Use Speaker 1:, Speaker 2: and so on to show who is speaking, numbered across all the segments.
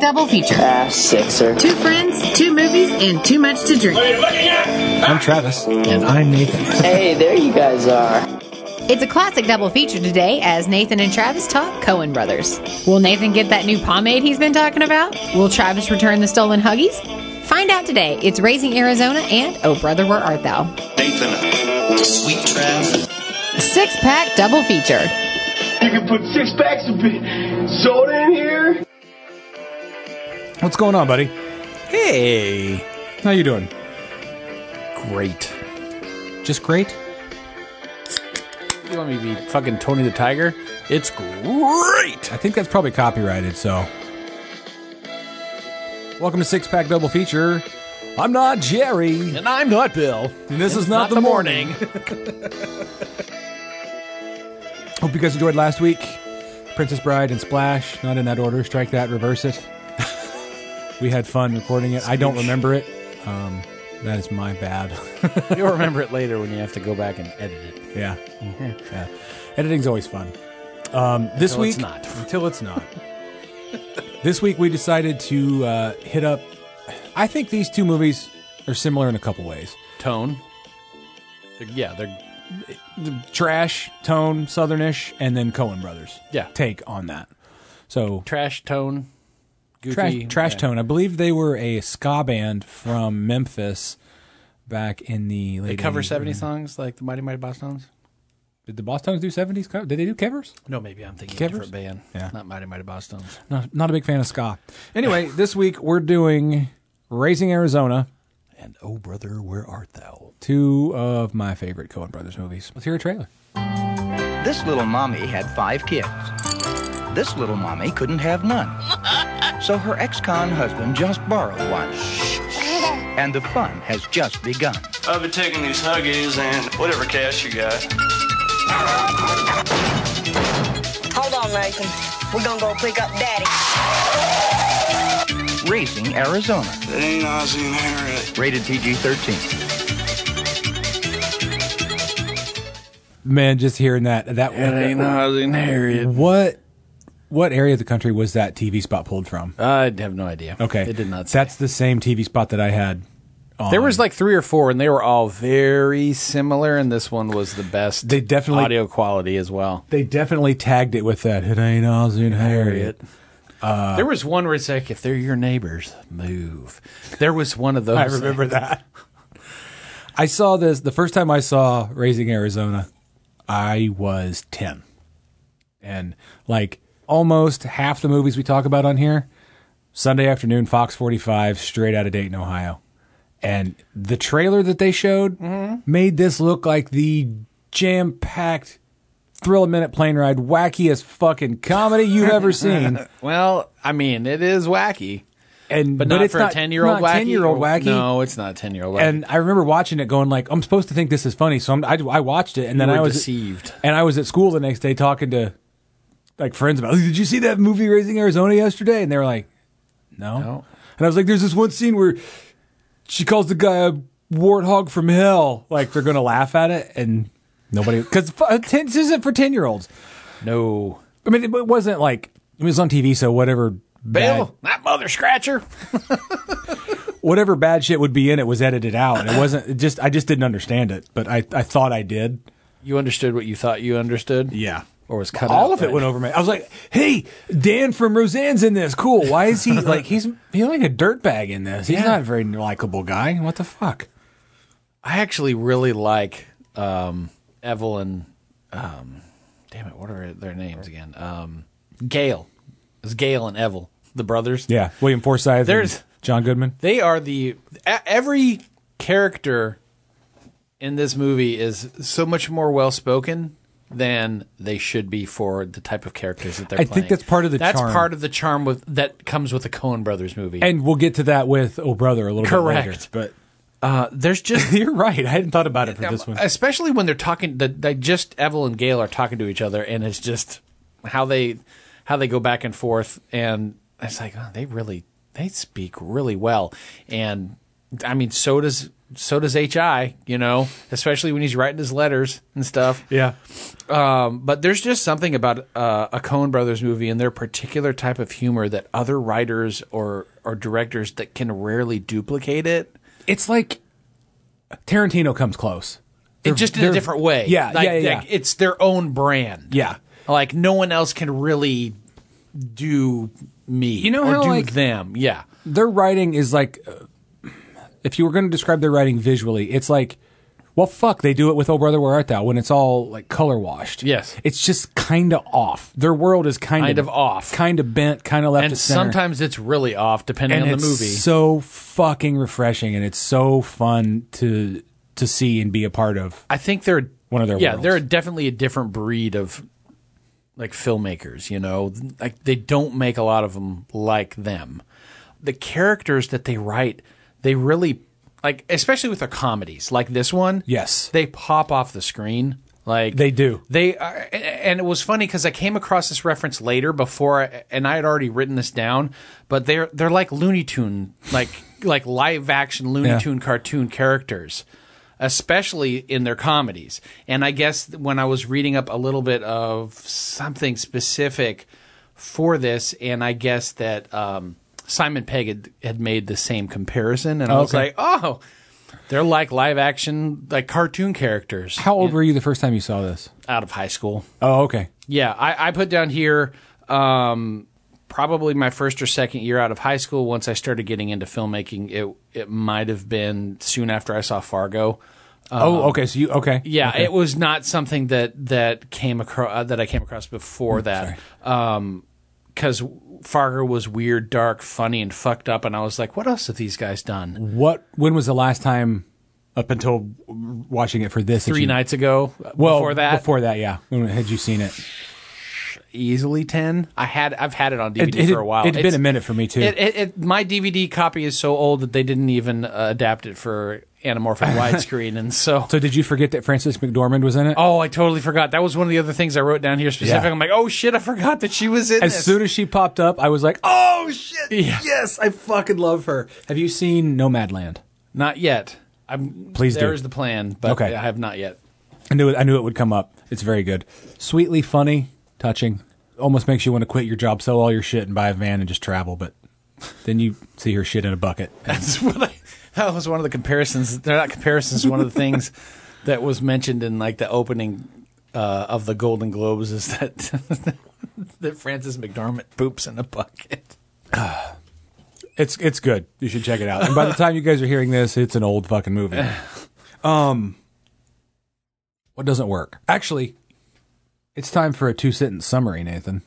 Speaker 1: double feature.
Speaker 2: Ah, sixer.
Speaker 1: Two friends, two movies, and too much to drink.
Speaker 3: I'm Travis. And I'm Nathan.
Speaker 2: Hey, there you guys are.
Speaker 1: It's a classic double feature today as Nathan and Travis talk Cohen Brothers. Will Nathan get that new pomade he's been talking about? Will Travis return the stolen huggies? Find out today. It's Raising Arizona and Oh Brother Where Art Thou.
Speaker 4: Nathan. Sweet Trav.
Speaker 1: Six pack double feature.
Speaker 5: You can put six packs of bit soda in here.
Speaker 3: What's going on, buddy?
Speaker 6: Hey,
Speaker 3: How you doing?
Speaker 6: great. Just great? You want me to be fucking Tony the Tiger? It's great.
Speaker 3: I think that's probably copyrighted, so. Welcome to Six Pack Double Feature. I'm not Jerry.
Speaker 6: And I'm not Bill.
Speaker 3: And this is not, the, morning. Hope you guys enjoyed last week. Princess Bride and Splash, not in that order. Strike that, reverse it. we had fun recording it. I don't remember it. Um, that is my bad.
Speaker 6: You'll remember it later when you have to go back and edit it.
Speaker 3: Yeah. yeah. Editing's always fun. Um, this
Speaker 6: Until
Speaker 3: week,
Speaker 6: it's not.
Speaker 3: until it's not. this week we decided to uh, hit up. I think these two movies are similar in a couple ways:
Speaker 6: Tone. They're- yeah, they're
Speaker 3: trash, tone, southernish, and then Cohen Brothers.
Speaker 6: Yeah.
Speaker 3: take on that. So
Speaker 6: trash tone. Goofy.
Speaker 3: trash, trash
Speaker 6: yeah.
Speaker 3: tone. I believe they were a ska band from Memphis back in the late.
Speaker 6: They cover
Speaker 3: 80s.
Speaker 6: 70 songs like the Mighty Mighty Boss Tones?
Speaker 3: Did the Boston's do seventies? Did they do covers?
Speaker 6: No, maybe I'm thinking
Speaker 3: Covers?
Speaker 6: a different band.
Speaker 3: Yeah.
Speaker 6: Not Mighty Mighty Boss Tones.
Speaker 3: Not, not a big fan of ska. Anyway, this week we're doing Raising Arizona.
Speaker 6: And Oh Brother, Where Art Thou?
Speaker 3: two of my favorite Coen Brothers movies. Let's hear a trailer.
Speaker 7: This little mommy had five kids. This little mommy couldn't have none. So her ex con husband just borrowed one. And the fun has just begun.
Speaker 4: I'll be taking these huggies and whatever cash you got.
Speaker 8: Hold on, Nathan. We're gonna go pick up Daddy.
Speaker 7: Racing Arizona,
Speaker 4: It ain't Ozzy and Harriet.
Speaker 7: rated PG 13.
Speaker 3: Man, just hearing that that
Speaker 6: Ozzy and Harriet.
Speaker 3: what what area of the country was that TV spot pulled from?
Speaker 6: I have no idea.
Speaker 3: Okay,
Speaker 6: It did not say.
Speaker 3: That's the same TV spot that I had. On.
Speaker 6: There was like three or four, and they were all very similar. And this one was the best.
Speaker 3: They definitely-
Speaker 6: audio quality as well.
Speaker 3: they definitely tagged it with that. It ain't Ozzy and Harriet.
Speaker 6: there was one where it's like, if they're your neighbors, move. There was one of those.
Speaker 3: I remember that. I saw this the first time I saw Raising Arizona. I was ten, and like almost half the movies we talk about on here, Sunday afternoon, Fox forty five, straight out of Dayton, Ohio, and the trailer that they showed
Speaker 6: Mm-hmm.
Speaker 3: made this look like the jam packed. Thrill a minute plane ride, wackiest fucking comedy you've ever seen,
Speaker 6: Well, I mean, it is wacky,
Speaker 3: and
Speaker 6: but, not
Speaker 3: it's
Speaker 6: for
Speaker 3: not
Speaker 6: a ten-year-old wacky.
Speaker 3: Ten year old
Speaker 6: or-
Speaker 3: wacky.
Speaker 6: No, it's not ten-year-old wacky.
Speaker 3: And I remember watching it, going like, "I'm supposed to think this is funny," so I'm, I, I watched it, and then
Speaker 6: were
Speaker 3: I was
Speaker 6: deceived.
Speaker 3: and I was at school the next day talking to like friends about, "Did you see that movie Raising Arizona yesterday?" And they were like, "No,",
Speaker 6: No.
Speaker 3: and I was like, "There's this one scene where she calls the guy a warthog from hell." Like they're gonna laugh at it, and nobody because this isn't for ten year olds.
Speaker 6: no,
Speaker 3: I mean, it, it wasn't like it was on TV, so whatever. bad-
Speaker 6: Bill, that mother scratcher.
Speaker 3: whatever bad shit would be in it was edited out. It wasn't it just I just didn't understand it, but I I thought I did.
Speaker 6: You understood what you thought you understood.
Speaker 3: Yeah.
Speaker 6: or was cut.
Speaker 3: All
Speaker 6: out,
Speaker 3: of it
Speaker 6: but-
Speaker 3: went over me. I was like, "Hey, Dan from Roseanne's in this. Cool. Why is he like he's he's like a dirtbag in this? He's
Speaker 6: Yeah.
Speaker 3: not a very likable guy. What the fuck?"
Speaker 6: I actually really like um, Evelyn. Um, damn it, what are their names again? Um, Gail. It's Gail and Evel, the brothers.
Speaker 3: Yeah, William Forsythe. and
Speaker 6: There's-
Speaker 3: John Goodman.
Speaker 6: They are the. e- Every character in this movie is so much more well spoken than they should be for the type of characters that they're
Speaker 3: I
Speaker 6: playing.
Speaker 3: think that's part of the
Speaker 6: That's
Speaker 3: charm.
Speaker 6: part of the charm with, that comes with the Coen Brothers movie.
Speaker 3: And we'll get to that with Oh Brother a little
Speaker 6: Correct.
Speaker 3: bit later.
Speaker 6: uh, there's just
Speaker 3: But you're right. I hadn't thought about it for this one.
Speaker 6: Especially when they're talking, that they just Evel and Gail are talking to each other, and it's just how they how they go back and forth, and it's like oh, they really they speak really well, and I mean, so does so does HI. You know, especially when he's writing his letters and stuff.
Speaker 3: Yeah.
Speaker 6: Um, but there's just something about uh, a Coen Brothers movie and their particular type of humor that other writers or or directors that can rarely duplicate it.
Speaker 3: It's like Tarantino comes close.
Speaker 6: It just in a
Speaker 3: they're-
Speaker 6: different way.
Speaker 3: Yeah,
Speaker 6: like,
Speaker 3: yeah, yeah,
Speaker 6: like
Speaker 3: yeah.
Speaker 6: it's their own brand.
Speaker 3: Yeah.
Speaker 6: like no one else can really do me. You
Speaker 3: know
Speaker 6: or
Speaker 3: how,
Speaker 6: do
Speaker 3: like-
Speaker 6: them. Yeah,
Speaker 3: Their writing is like, uh, if you were going to describe their writing visually, it's like, well, fuck, they do it with Oh Brother Where Art Thou when it's all like color washed.
Speaker 6: Yes.
Speaker 3: It's just kind of off. Their world is kind,
Speaker 6: Kind of off.
Speaker 3: kind of bent, kind of left
Speaker 6: and
Speaker 3: to center.
Speaker 6: sometimes it's really off depending
Speaker 3: and
Speaker 6: on
Speaker 3: it's
Speaker 6: the movie.
Speaker 3: so fucking refreshing, and it's so fun to to see and be a part of.
Speaker 6: I think they're
Speaker 3: One of their
Speaker 6: yeah
Speaker 3: worlds.
Speaker 6: they're definitely a different breed of like filmmakers. You know, like they don't make a lot of them like them. The characters that they write, they really like, especially with their comedies like this one.
Speaker 3: Yes.
Speaker 6: they pop off the screen. Like
Speaker 3: They do.
Speaker 6: They are, and it was funny because I came across this reference later before, I, and I had already written this down. But they're they're like Looney Tune, like like live action Looney
Speaker 3: Yeah.
Speaker 6: Tune cartoon characters, especially in their comedies. And I guess when I was reading up a little bit of something specific for this, and I guess that um, Simon Pegg had, had made the same comparison, and I was
Speaker 3: Okay.
Speaker 6: like, oh. They're like live action, like cartoon characters
Speaker 3: How old were you the first time you saw this?
Speaker 6: out of high school.
Speaker 3: Oh, okay.
Speaker 6: Yeah, I, I put down here um, probably my first or second year out of high school. Once I started getting into filmmaking, it it might have been soon after I saw Fargo.
Speaker 3: oh, okay. So you okay?
Speaker 6: Yeah,
Speaker 3: Okay.
Speaker 6: it was not something that that came across uh, that I came across before
Speaker 3: Mm,
Speaker 6: that. Because Fargo was weird, dark, funny, and fucked up, and I was like, "What else have these guys done?"
Speaker 3: What? When was the last time? Up until watching it for this, that
Speaker 6: Three
Speaker 3: you-
Speaker 6: nights ago, uh,
Speaker 3: Well,
Speaker 6: before that,
Speaker 3: before that, yeah. When had you seen it?
Speaker 6: easily ten. I had I've had it on DVD
Speaker 3: It- it-
Speaker 6: for a while.
Speaker 3: it'd been a minute for me, too.
Speaker 6: It, it, it, my DVD copy is so old that they didn't even uh, adapt it for anamorphic widescreen, and so.
Speaker 3: So did you forget that Frances McDormand was in it?
Speaker 6: Oh, I totally forgot. That was one of the other things I wrote down here specifically.
Speaker 3: Yeah.
Speaker 6: I'm like, oh shit, I forgot that she was in
Speaker 3: as
Speaker 6: this.
Speaker 3: soon as she popped up, I was like, "Oh shit! Yes, I fucking love her." Have you seen Nomadland?
Speaker 6: not yet. I'm
Speaker 3: Please do.
Speaker 6: There's the plan, but
Speaker 3: Okay.
Speaker 6: I have not yet.
Speaker 3: I knew it, I knew it would come up. It's very good, sweetly funny, touching. Almost makes you want to quit your job, sell all your shit, and buy a van and just travel. But then you see her shit in a bucket.
Speaker 6: That's what I, that was one of the comparisons. They're not comparisons. One of the things that was mentioned in like the opening uh, of the Golden Globes is that that Frances McDormand poops in a bucket.
Speaker 3: It's it's good. You should check it out. And by the time you guys are hearing this, it's an old fucking movie. Um, what doesn't work? Actually, it's time for a two sentence summary, Nathan.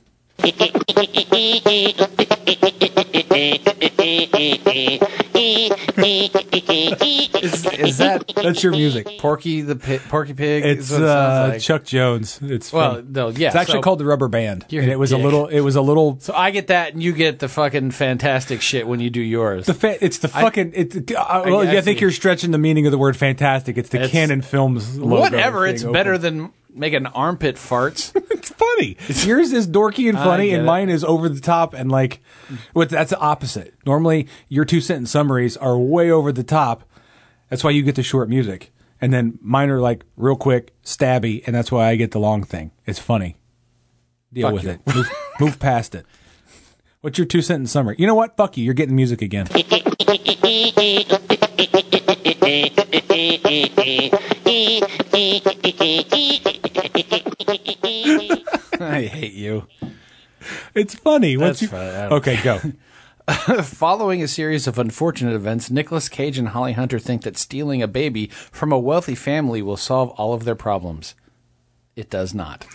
Speaker 6: Is, is that
Speaker 3: That's your music.
Speaker 6: Porky the pi- Porky Pig?
Speaker 3: It's
Speaker 6: is what it
Speaker 3: uh,
Speaker 6: sounds like.
Speaker 3: Chuck Jones. It's
Speaker 6: Well,
Speaker 3: from-
Speaker 6: no, yeah,
Speaker 3: It's actually
Speaker 6: so-
Speaker 3: called the Rubber Band,
Speaker 6: You're
Speaker 3: and it was
Speaker 6: a
Speaker 3: a
Speaker 6: dick.
Speaker 3: little. It was a little.
Speaker 6: So I get that, and you get the fucking fantastic shit when you do yours.
Speaker 3: The fa- it's the
Speaker 6: I-
Speaker 3: fucking. It's it, uh, well,
Speaker 6: I
Speaker 3: I, think
Speaker 6: see.
Speaker 3: you're stretching the meaning of the word fantastic. It's the
Speaker 6: It's-
Speaker 3: Canon Films. Logo
Speaker 6: Whatever,
Speaker 3: thing
Speaker 6: it's
Speaker 3: open.
Speaker 6: better than making armpit farts.
Speaker 3: It's funny. Yours is dorky and
Speaker 6: I
Speaker 3: funny,
Speaker 6: get
Speaker 3: and
Speaker 6: it.
Speaker 3: mine is over the top and like. What that's the opposite. Normally, your two sentence summaries are way over the top. That's why you get the short music, and then mine are like real quick, stabby, and that's why I get the long thing. It's funny. Deal
Speaker 6: Fuck
Speaker 3: with
Speaker 6: you.
Speaker 3: it. Move, move past it. What's your two sentence summary? You know what? Fuck you. You're getting music again.
Speaker 6: I hate you.
Speaker 3: It's funny. What's
Speaker 6: That's
Speaker 3: your-
Speaker 6: fine. I don't-
Speaker 3: Okay, go.
Speaker 6: Following a series of unfortunate events, Nicolas Cage and Holly Hunter think that stealing a baby from a wealthy family will solve all of their problems. It does not.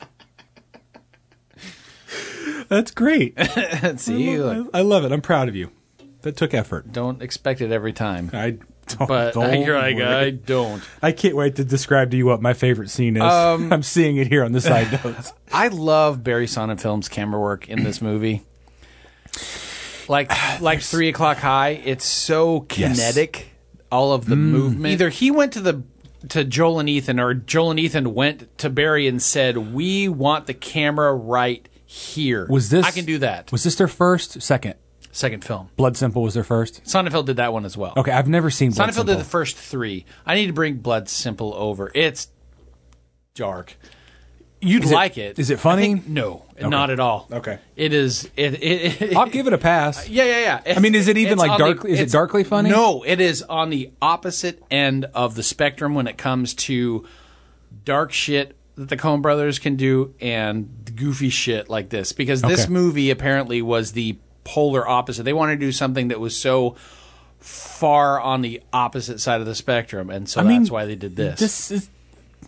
Speaker 3: That's great.
Speaker 6: See,
Speaker 3: I,
Speaker 6: like,
Speaker 3: I love it. I'm proud of you. That took effort.
Speaker 6: don't expect it every time.
Speaker 3: I don't.
Speaker 6: But
Speaker 3: don't
Speaker 6: you're like,
Speaker 3: worry.
Speaker 6: I don't.
Speaker 3: I can't wait to describe to you what my favorite scene is.
Speaker 6: Um,
Speaker 3: I'm seeing it here on the side notes.
Speaker 6: I love Barry Sonnenfeld's camera work in this movie. Like like three o'clock high, it's so
Speaker 3: Yes.
Speaker 6: kinetic. All of the
Speaker 3: Mm.
Speaker 6: movement. Either he went to the to Joel and Ethan, or Joel and Ethan went to Barry and said, "We want the camera right here."
Speaker 3: Was this?
Speaker 6: I can do that.
Speaker 3: Was this their first? Second?
Speaker 6: second film.
Speaker 3: Blood Simple was their first.
Speaker 6: Sonnenfeld did that one as well.
Speaker 3: Okay, I've never seen Blood
Speaker 6: Sonnenfeld
Speaker 3: Simple.
Speaker 6: did the first three. I need to bring Blood Simple over. It's dark. You'd
Speaker 3: Is it-
Speaker 6: like it.
Speaker 3: is it
Speaker 6: I
Speaker 3: funny?
Speaker 6: think- no, not at all.
Speaker 3: Okay.
Speaker 6: It is. It. it, it
Speaker 3: I'll give it a pass.
Speaker 6: Yeah, yeah, yeah.
Speaker 3: I mean, is it even,
Speaker 6: It's
Speaker 3: like,
Speaker 6: on
Speaker 3: dark- is it
Speaker 6: it's-
Speaker 3: darkly funny?
Speaker 6: No, it is on the opposite end of the spectrum when it comes to dark shit that the Coen Brothers can do and goofy shit like this. Because this
Speaker 3: Okay.
Speaker 6: movie apparently was the polar opposite. They wanted to do something that was so far on the opposite side of the spectrum, and so
Speaker 3: I mean,
Speaker 6: that's why they did this.
Speaker 3: This is,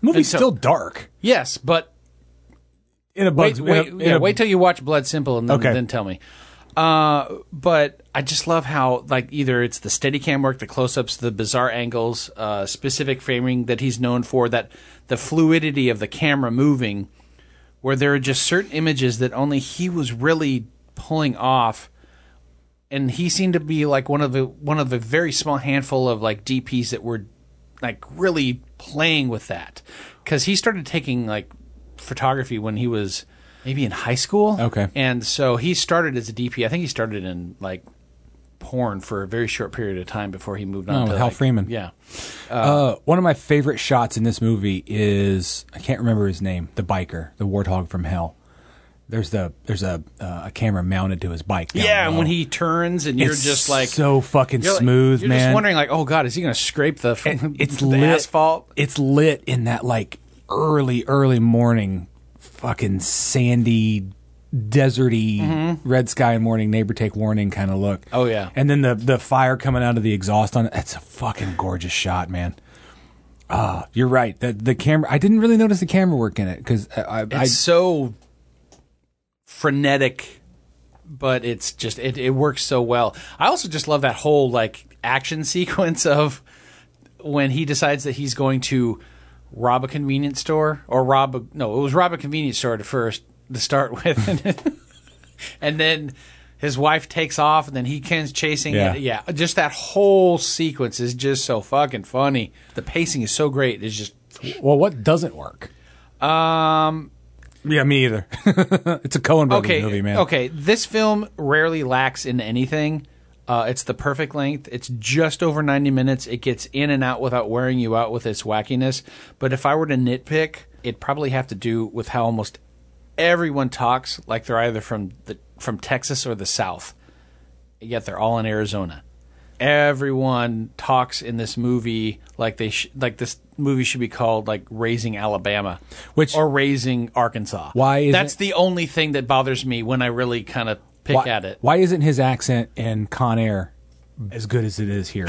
Speaker 3: movie's
Speaker 6: so-
Speaker 3: still dark.
Speaker 6: yes, but
Speaker 3: In a
Speaker 6: wait,
Speaker 3: Blood,
Speaker 6: wait,
Speaker 3: in a- in
Speaker 6: yeah,
Speaker 3: a-
Speaker 6: wait till you watch Blood Simple and then,
Speaker 3: Okay.
Speaker 6: then tell me. Uh, but I just love how like either it's the steady cam work, the close ups, the bizarre angles, uh, specific framing that he's known for, that the fluidity of the camera moving, where there are just certain images that only he was really pulling off. And he seemed to be like one of the one of the very small handful of like DPs that were like really playing with that because he started taking like photography when he was maybe in high school.
Speaker 3: Okay.
Speaker 6: and so he started as a DP. I think he started in like porn for a very short period of time before he moved on
Speaker 3: Oh,
Speaker 6: to
Speaker 3: with Hal
Speaker 6: like-
Speaker 3: Freeman.
Speaker 6: Yeah,
Speaker 3: Uh, one of my favorite shots in this movie is I can't remember his name, the biker, the warthog from hell. There's the there's a uh, a camera mounted to his bike. down
Speaker 6: yeah. And
Speaker 3: low.
Speaker 6: when he turns, and you're
Speaker 3: It's
Speaker 6: just like
Speaker 3: so fucking
Speaker 6: you're like-
Speaker 3: smooth,
Speaker 6: you're
Speaker 3: man.
Speaker 6: just wondering like, oh god, is he going to scrape the
Speaker 3: And it's
Speaker 6: the
Speaker 3: lit.
Speaker 6: asphalt?
Speaker 3: It's lit in that like early early morning, fucking sandy, deserty, red sky morning. Neighbor take warning kind of look.
Speaker 6: Mm-hmm. Oh, yeah.
Speaker 3: And then the the fire coming out of the exhaust on it. That's a fucking gorgeous shot, man. Ah, you're right. The the camera. I didn't really notice the camera work in it because I, I,
Speaker 6: It's so frenetic, but it's just it, it works so well. I also just love that whole like action sequence of when he decides that he's going to rob a convenience store or rob a no, it was rob a convenience store to first to start with, and, then his wife takes off, and then he comes chasing.
Speaker 3: Yeah.
Speaker 6: Yeah. yeah, just that whole sequence is just so fucking funny. The pacing is so great. It's just
Speaker 3: well, what doesn't work?
Speaker 6: um.
Speaker 3: Yeah, me either. it's a Coen Brothers
Speaker 6: okay,
Speaker 3: movie, man.
Speaker 6: Okay, this film rarely lacks in anything. Uh, it's the perfect length. It's just over 90 minutes. It gets in and out without wearing you out with its wackiness. But if I were to nitpick, it'd probably have to do with how almost everyone talks like they're either from the from Texas or the South. Yet they're all in Arizona. Everyone talks in this movie like they sh- like this movie should be called like Raising Alabama,
Speaker 3: Which-
Speaker 6: or Raising Arkansas.
Speaker 3: Why isn't-
Speaker 6: That's the only thing that bothers me when I really kind of pick
Speaker 3: why,
Speaker 6: at it.
Speaker 3: Why isn't his accent in Con Air as good as it is here?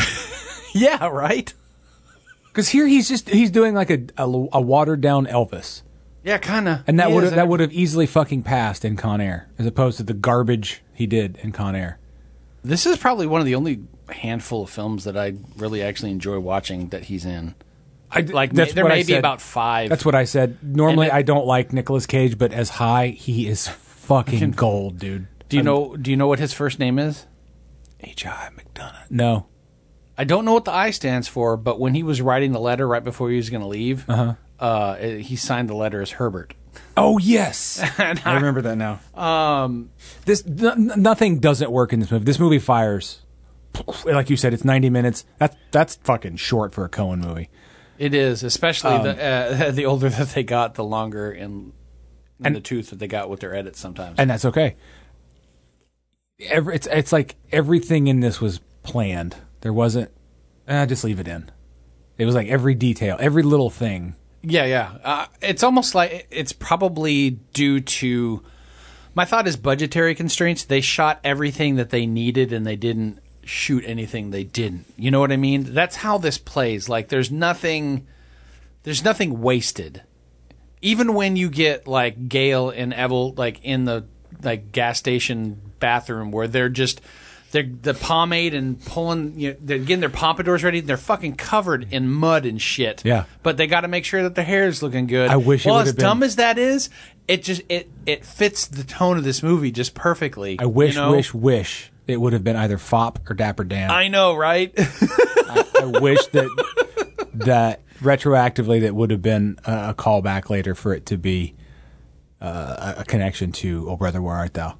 Speaker 6: Yeah, right.
Speaker 3: Because here he's just he's doing like a a, watered down Elvis,
Speaker 6: Yeah, kind of.
Speaker 3: and that would that would have easily fucking passed in Con Air, as opposed to the garbage he did in Con Air.
Speaker 6: This is probably one of the only handful of films that I really actually enjoy watching that he's in.
Speaker 3: I
Speaker 6: Like, may- there
Speaker 3: what
Speaker 6: may
Speaker 3: I
Speaker 6: be
Speaker 3: said.
Speaker 6: about five.
Speaker 3: That's what I said. Normally
Speaker 6: And it-
Speaker 3: I don't like Nicolas Cage, but as high he is fucking gold, dude.
Speaker 6: Do you know? Do you know what his first name is?
Speaker 3: H I McDonough? No.
Speaker 6: I don't know what the I stands for, but when he was writing the letter right before he was going to leave, uh he signed the letter as Herbert.
Speaker 3: Oh yes, I remember that now. Um, this n- n- nothing doesn't work in this movie. This movie fires, like you said, it's ninety minutes. That's that's fucking short for a Cohen movie.
Speaker 6: It is, especially the uh, the older that they got, the longer in, in the tooth that they got with their edits sometimes.
Speaker 3: and that's okay. Every, it's it's like everything in this was planned. There wasn't. Uh, just leave it in. It was like every detail, every little thing.
Speaker 6: Yeah, yeah. Uh, it's almost like it's probably due to my thought is budgetary constraints. They shot everything that they needed and they didn't shoot anything they didn't. You know what I mean? That's how this plays. Like there's nothing there's nothing wasted. Even when you get like Gail and Evel like in the like gas station bathroom where they're just they're the pomade and pulling you know, they're getting their pompadours ready, they're fucking covered in mud and shit
Speaker 3: Yeah.
Speaker 6: but they got to make sure that their hair is looking good.
Speaker 3: I wish it
Speaker 6: Well,
Speaker 3: would've
Speaker 6: as dumb
Speaker 3: been-
Speaker 6: as that is, it just it it fits the tone of this movie just perfectly.
Speaker 3: I wish,
Speaker 6: you know?
Speaker 3: wish, wish it would have been either Fop or Dapper Dan.
Speaker 6: I know, right?
Speaker 3: I wish that that retroactively that would have been a, a callback later for it to be uh, a- a connection to "Oh Brother, Where Art Thou."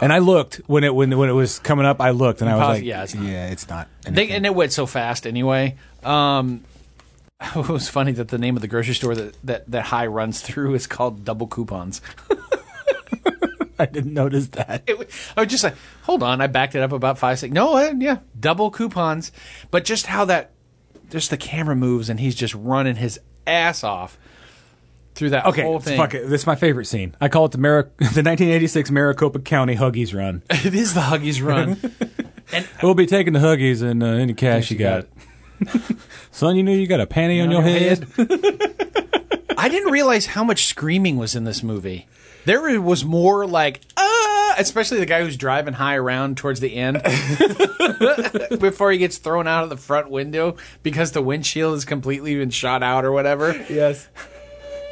Speaker 3: And I looked when it when when it was coming up. I looked and I was
Speaker 6: Impos-
Speaker 3: like,
Speaker 6: yeah, it's not.
Speaker 3: yeah, it's not.
Speaker 6: They, and it went so fast anyway. Um, it was funny that the name of the grocery store that, that, that high runs through is called Double Coupons.
Speaker 3: I didn't notice that.
Speaker 6: It, wa- I was just like, hold on. I backed it up about five seconds. No, uh, yeah, Double Coupons. But just how that, just the camera moves and he's just running his ass off through that
Speaker 3: Okay,
Speaker 6: whole thing.
Speaker 3: fuck it. This is my favorite scene. I call it the Mari- the 1986 Maricopa County Huggies Run.
Speaker 6: It is the Huggies Run.
Speaker 3: we'll be taking the Huggies and uh, any cash you
Speaker 6: you got.
Speaker 3: got. Son, you knew you got a panty on, your, head.
Speaker 6: I didn't realize how much screaming was in this movie. There was more like, ah, especially the guy who's driving high around towards the end before he gets thrown out of the front window because the windshield is completely been shot out or whatever.
Speaker 3: Yes.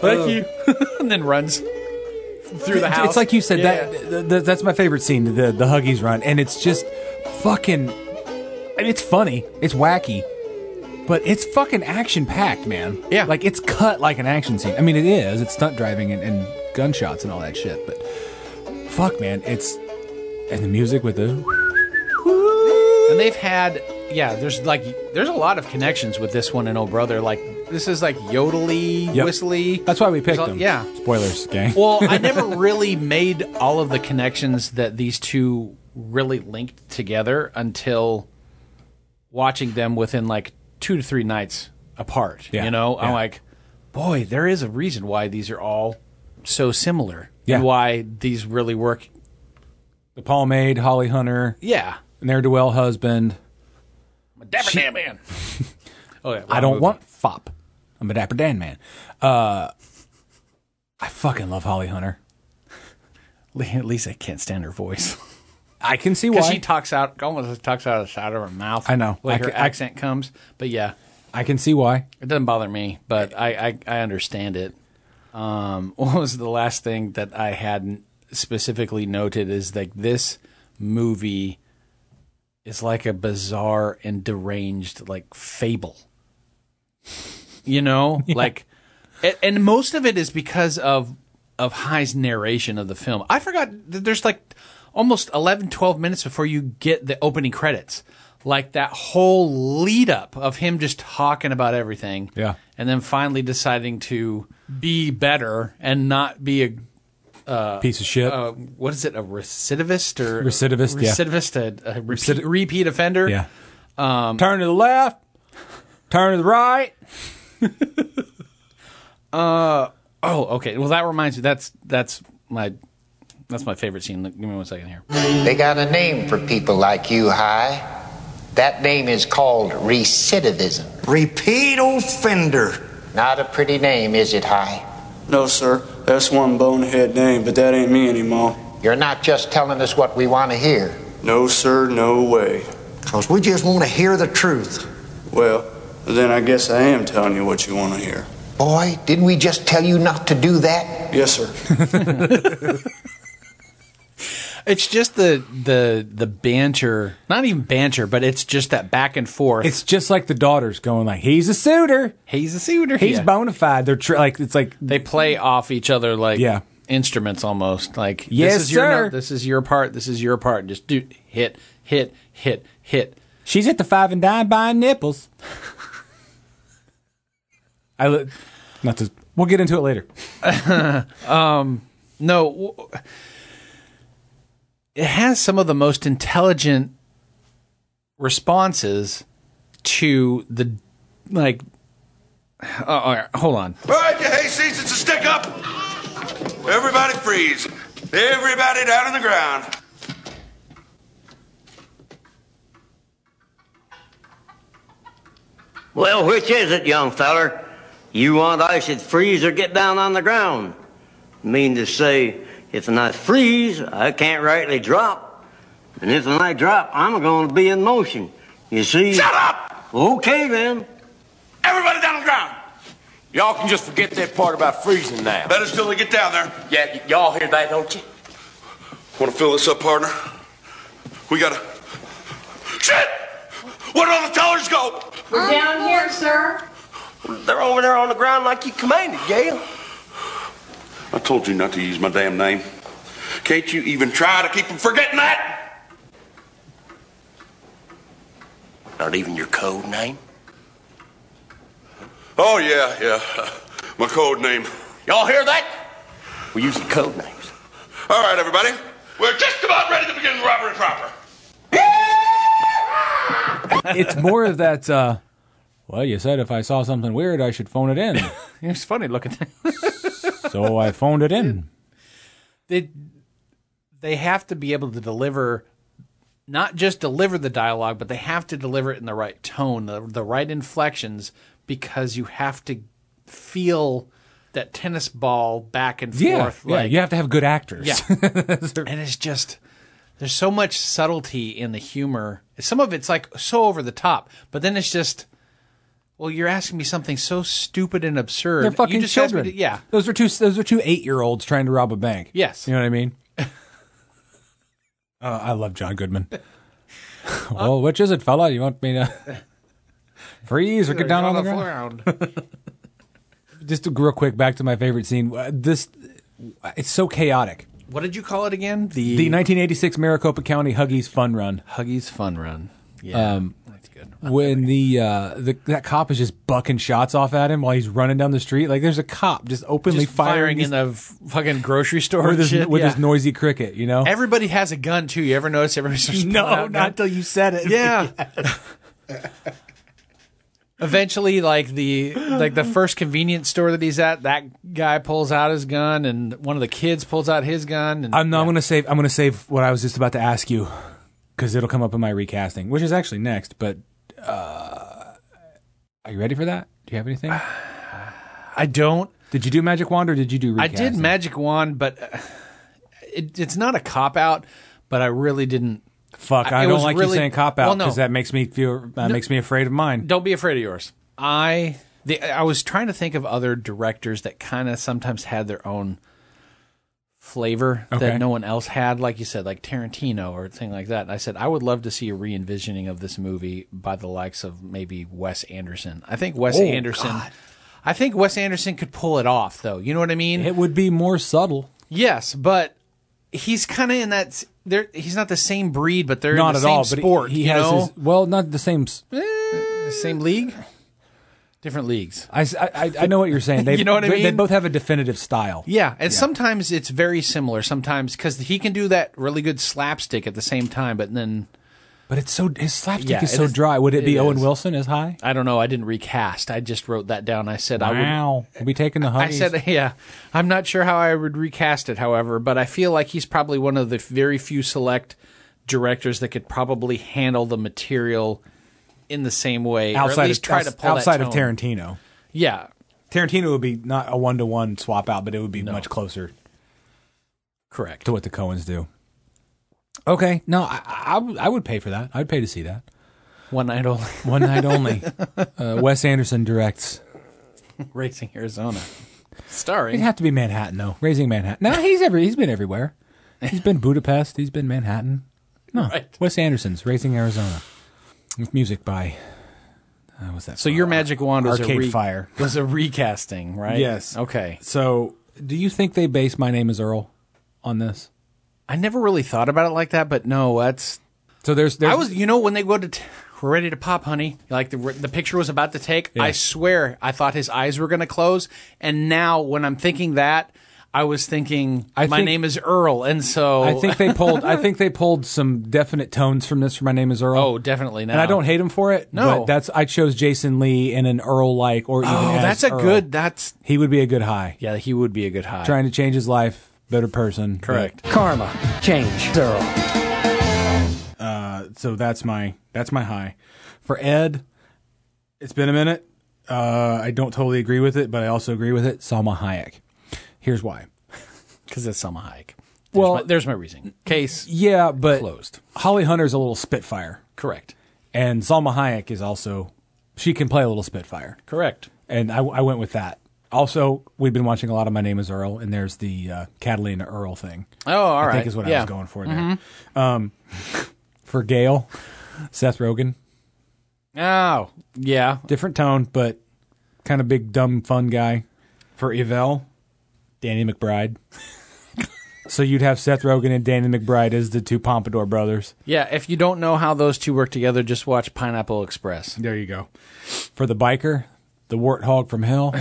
Speaker 6: Thank you. and then runs through the house.
Speaker 3: It's like you said
Speaker 6: Yeah.
Speaker 3: that. th- th- that's my favorite scene, the the Huggies run, and it's just fucking. I mean, it's funny, it's wacky, but it's fucking action packed, man.
Speaker 6: Yeah.
Speaker 3: like it's cut like an action scene. I mean, it is. It's stunt driving and, and gunshots and all that shit, but fuck, man, it's and the music with the
Speaker 6: And they've had, yeah, there's like, there's a lot of connections with this one and Oh Brother. Like, this is like yodely,
Speaker 3: Yep.
Speaker 6: whistly.
Speaker 3: That's why we picked
Speaker 6: There's a-
Speaker 3: them.
Speaker 6: Yeah.
Speaker 3: spoilers, gang.
Speaker 6: Well, I never really made all of the connections that these two really linked together until watching them within like two to three nights apart.
Speaker 3: Yeah,
Speaker 6: You know,
Speaker 3: yeah.
Speaker 6: I'm like, boy, there is a reason why these are all so similar
Speaker 3: Yeah.
Speaker 6: and why these really work.
Speaker 3: the Palmade, Holly Hunter,
Speaker 6: Yeah.
Speaker 3: ne'er do well husband.
Speaker 6: I'm a dapper damn man. oh, yeah,
Speaker 3: I
Speaker 6: wrong
Speaker 3: don't
Speaker 6: movie.
Speaker 3: want fop. I'm a dapper Dan man. Uh, I fucking love Holly Hunter.
Speaker 6: At least I can't stand her voice.
Speaker 3: I can see why.
Speaker 6: Because she talks out, almost talks out of the side of her mouth.
Speaker 3: I know.
Speaker 6: Like
Speaker 3: I
Speaker 6: her
Speaker 3: ca- I-
Speaker 6: accent comes. But yeah.
Speaker 3: I can see why.
Speaker 6: It doesn't bother me, but I, I, I understand it. Um, what was the last thing that I hadn't specifically noted is like this movie is like a bizarre and deranged like fable. You know, like, a- and most of it is because of of High's narration of the film. I forgot that there's like almost 11, 12 minutes before you get the opening credits. Like that whole lead up of him just talking about everything.
Speaker 3: Yeah.
Speaker 6: And then finally deciding to be better and not be a
Speaker 3: Piece of shit.
Speaker 6: uh, what is it? A recidivist or
Speaker 3: Recidivist, yeah.
Speaker 6: Recidivist, a, a repeat, repeat offender.
Speaker 3: yeah.
Speaker 6: Um,
Speaker 3: turn to the left. Turn to the right.
Speaker 6: Oh, okay. Well, that reminds me. That's that's my that's my favorite scene. Look, Give me one second here.
Speaker 9: They got a name for people like you, High. That name is called recidivism.
Speaker 10: Repeat offender.
Speaker 9: Not a pretty name, is it, High?
Speaker 4: No, sir. That's one bonehead name, but that ain't me anymore.
Speaker 9: You're not just telling us what we want to hear.
Speaker 4: No, sir, no way.
Speaker 10: Because we just want to hear the truth.
Speaker 4: Well, then I guess I am telling you what you want to hear.
Speaker 9: Boy, didn't we just tell you not to do that?
Speaker 4: Yes, sir.
Speaker 6: It's just the the the banter. Not even banter, but it's just that back and forth.
Speaker 3: It's just like the daughters going like, "He's a suitor.
Speaker 6: he's a suitor.
Speaker 3: He's
Speaker 6: Yeah.
Speaker 3: bona fide." They're tr- like, it's like,
Speaker 6: They play off each other like
Speaker 3: Yeah.
Speaker 6: instruments almost. Like
Speaker 3: Yes,
Speaker 6: this is your
Speaker 3: sir.
Speaker 6: note, this is your part, this is your part. Just do hit, hit, hit, hit.
Speaker 3: she's at the five and dime buying nipples. I li- not to. We'll get into it later.
Speaker 6: No, w- it has some of the most intelligent responses to the like. Oh, all right, hold on.
Speaker 5: All right, you hay seasons to stick up. Everybody freeze. Everybody down on the ground.
Speaker 10: Well, which is it, young feller? You want I should freeze or get down on the ground? Mean to say, if I freeze, I can't rightly drop. And if I drop, I'm going to be in motion. You see?
Speaker 5: Shut up!
Speaker 10: Okay, then.
Speaker 5: Everybody down on the ground.
Speaker 11: Y'all can just forget that part about freezing now.
Speaker 5: Better still to get down there.
Speaker 11: Yeah, y- y'all hear that, don't you?
Speaker 5: Want to fill this up, partner? We gotta. Shit! Where did all the tellers go?
Speaker 8: We're down here, sir.
Speaker 11: They're over there on the ground like you commanded, Gale.
Speaker 5: I told you not to use my damn name. Can't you even try to keep from forgetting that?
Speaker 11: Not even your code name?
Speaker 5: Oh, yeah, yeah. My code name.
Speaker 11: Y'all hear that? We're using code names.
Speaker 5: All right, everybody. We're just about ready to begin robbery proper.
Speaker 3: it's more of that. Uh, well, you said if I saw something weird, I should phone it in.
Speaker 6: It's funny looking.
Speaker 3: so I phoned it in.
Speaker 6: they they have to be able to deliver not just deliver the dialogue but they have to deliver it in the right tone the, the right inflections because you have to feel that tennis ball back and
Speaker 3: Yeah,
Speaker 6: forth
Speaker 3: yeah.
Speaker 6: like
Speaker 3: You have to have good actors.
Speaker 6: yeah and it's just there's so much subtlety in the humor some of it's like so over the top but then it's just well you're asking me something so stupid and absurd
Speaker 3: They're fucking
Speaker 6: you just asked me
Speaker 3: children.
Speaker 6: to- yeah
Speaker 3: those are two. Those are two eight-year-olds trying to rob a bank.
Speaker 6: Yes.
Speaker 3: you know what I mean. uh, I love John Goodman.
Speaker 6: Uh,
Speaker 3: well, which is it, fella? You want me to freeze or get down on the ground? Just real quick, back to my favorite scene. Uh, This, it's so chaotic.
Speaker 6: what did you call it again the
Speaker 3: The 1986 Maricopa County Huggies Fun Run.
Speaker 6: Huggies Fun Run.
Speaker 3: Yeah,
Speaker 6: that's good.
Speaker 3: When the, uh, the that cop is just bucking shots off at him while he's running down the street, like there's a cop just openly
Speaker 6: Just firing
Speaker 3: these-
Speaker 6: in the f- fucking grocery store
Speaker 3: with,
Speaker 6: and
Speaker 3: his,
Speaker 6: shit.
Speaker 3: with
Speaker 6: yeah.
Speaker 3: his noisy cricket, you know.
Speaker 6: Everybody has a gun too. You ever notice everybody starts
Speaker 3: No,
Speaker 6: pulling out
Speaker 3: not
Speaker 6: guns?
Speaker 3: till you said it.
Speaker 6: Yeah. Eventually, like the like the first convenience store that he's at, that guy pulls out his gun, and one of the kids pulls out his gun. And
Speaker 3: I'm, no, I'm gonna save. I'm gonna save what I was just about to ask you because it'll come up in my recasting, which is actually next. But uh, are you ready for that? Do you have anything?
Speaker 6: I don't.
Speaker 3: Did you do Magic Wand or did you do?
Speaker 6: I
Speaker 3: Recasting?
Speaker 6: did Magic Wand, but uh, it, it's not a cop out. But I really didn't.
Speaker 3: Fuck,
Speaker 6: I-
Speaker 3: I
Speaker 6: it
Speaker 3: don't
Speaker 6: was
Speaker 3: like you
Speaker 6: really-
Speaker 3: saying cop out
Speaker 6: Well, no.
Speaker 3: because that makes me feel that makes me afraid of mine.
Speaker 6: Don't be afraid of yours. I the I was trying to think of other directors that kind of sometimes had their own flavor
Speaker 3: Okay.
Speaker 6: that no one else had, like you said, like Tarantino or thing like that. And I said I would love to see a re-envisioning of this movie by the likes of maybe Wes Anderson. I think Wes
Speaker 3: Oh,
Speaker 6: Anderson. I think Wes Anderson could pull it off, though. You know what I mean?
Speaker 3: It would be more subtle.
Speaker 6: yes, but he's kind of in that. s- They're, he's not the same breed, but they're
Speaker 3: Not
Speaker 6: in
Speaker 3: at
Speaker 6: the
Speaker 3: all.
Speaker 6: same
Speaker 3: But
Speaker 6: sport.
Speaker 3: he, he
Speaker 6: you
Speaker 3: has
Speaker 6: know?
Speaker 3: his well, not the same. s-
Speaker 6: same league, different leagues.
Speaker 3: I, s- I- I- I know what you're saying. They,
Speaker 6: You know what I
Speaker 3: they- They
Speaker 6: mean?
Speaker 3: both have a definitive style.
Speaker 6: Yeah, and sometimes it's very similar. Sometimes because he can do that really good slapstick at the same time, but then
Speaker 3: but it's so his slapstick
Speaker 6: Yeah,
Speaker 3: is
Speaker 6: it
Speaker 3: so
Speaker 6: is-
Speaker 3: dry. Would it be
Speaker 6: it
Speaker 3: Owen
Speaker 6: is.
Speaker 3: Wilson as high?
Speaker 6: I don't know. I didn't recast. I just wrote that down. I said I would.
Speaker 3: Wow, we'll be taking the
Speaker 6: I
Speaker 3: huggies.
Speaker 6: said, yeah, I'm not sure how I would recast it, however, but I feel like he's probably one of the very few select directors that could probably handle the material in the same way, or at
Speaker 3: outside
Speaker 6: least
Speaker 3: of
Speaker 6: try
Speaker 3: outs-
Speaker 6: to pull that
Speaker 3: outside of
Speaker 6: tone.
Speaker 3: Tarantino.
Speaker 6: Yeah,
Speaker 3: Tarantino would be not a one to one swap out, but it would be much closer
Speaker 6: correct.
Speaker 3: to what the Coens do. Okay, no, I, I, I would pay for that. I'd pay to see that.
Speaker 6: One night only,
Speaker 3: One night only. Uh, Wes Anderson directs.
Speaker 6: racing Arizona, starring
Speaker 3: It'd have to be Manhattan though. Raising Manhattan. No, he's every he's been everywhere. He's been Budapest. He's been Manhattan. No,
Speaker 6: Right.
Speaker 3: Wes Anderson's Raising Arizona. With music by. Uh, what's that?
Speaker 6: So your magic wand was
Speaker 3: Arcade
Speaker 6: a re-
Speaker 3: Fire.
Speaker 6: was a recasting, right?
Speaker 3: Yes.
Speaker 6: Okay.
Speaker 3: So do you think they base My Name Is Earl on this?
Speaker 6: I never really thought about it like that, but no, that's
Speaker 3: So there's, there's
Speaker 6: I was. You know, when they go to, t- we're ready to pop, honey. Like the the picture was about to take. I swear, I thought his eyes were going to close, and now when I'm thinking that, I was thinking
Speaker 3: I
Speaker 6: my
Speaker 3: think-
Speaker 6: name is Earl, and so
Speaker 3: I think they pulled. I think they pulled some definite tones from this. For my name is Earl.
Speaker 6: oh, definitely now.
Speaker 3: and I don't hate him for it.
Speaker 6: No.
Speaker 3: but that's I chose Jason Lee in an Earl like or even.
Speaker 6: Oh,
Speaker 3: as
Speaker 6: that's a
Speaker 3: Earl.
Speaker 6: good. That's
Speaker 3: He would be a good high.
Speaker 6: yeah. He would be a good high.
Speaker 3: Trying to change his life, better person.
Speaker 6: Correct.
Speaker 2: Karma. Change. Zero.
Speaker 3: But- Uh, so that's my that's my high. For Ed, it's been a minute. Uh, I don't totally agree with it, but I also agree with it. Salma Hayek. Here's why.
Speaker 6: because it's Selma Hayek. There's
Speaker 3: Well-
Speaker 6: my, there's my reason. Case
Speaker 3: Yeah, but
Speaker 6: Closed.
Speaker 3: Holly Hunter's a little spitfire,
Speaker 6: correct.
Speaker 3: and Salma Hayek is also she can play a little spitfire.
Speaker 6: Correct.
Speaker 3: and I, I went with that. Also, we've been watching a lot of My Name Is Earl, and there's the uh, Catalina Earl thing.
Speaker 6: Oh, all
Speaker 3: I
Speaker 6: right.
Speaker 3: think is what I
Speaker 6: Yeah. Mm-hmm.
Speaker 3: was going for there. Um, for Gail, Seth Rogen,
Speaker 6: Oh, yeah.
Speaker 3: different tone, but kind of big, dumb, fun guy. For Evel, Danny McBride. So you'd have Seth Rogen and Danny McBride as the two Pompadour brothers.
Speaker 6: Yeah, if you don't know how those two work together, just watch Pineapple Express.
Speaker 3: There you go. For the biker, the warthog from hell.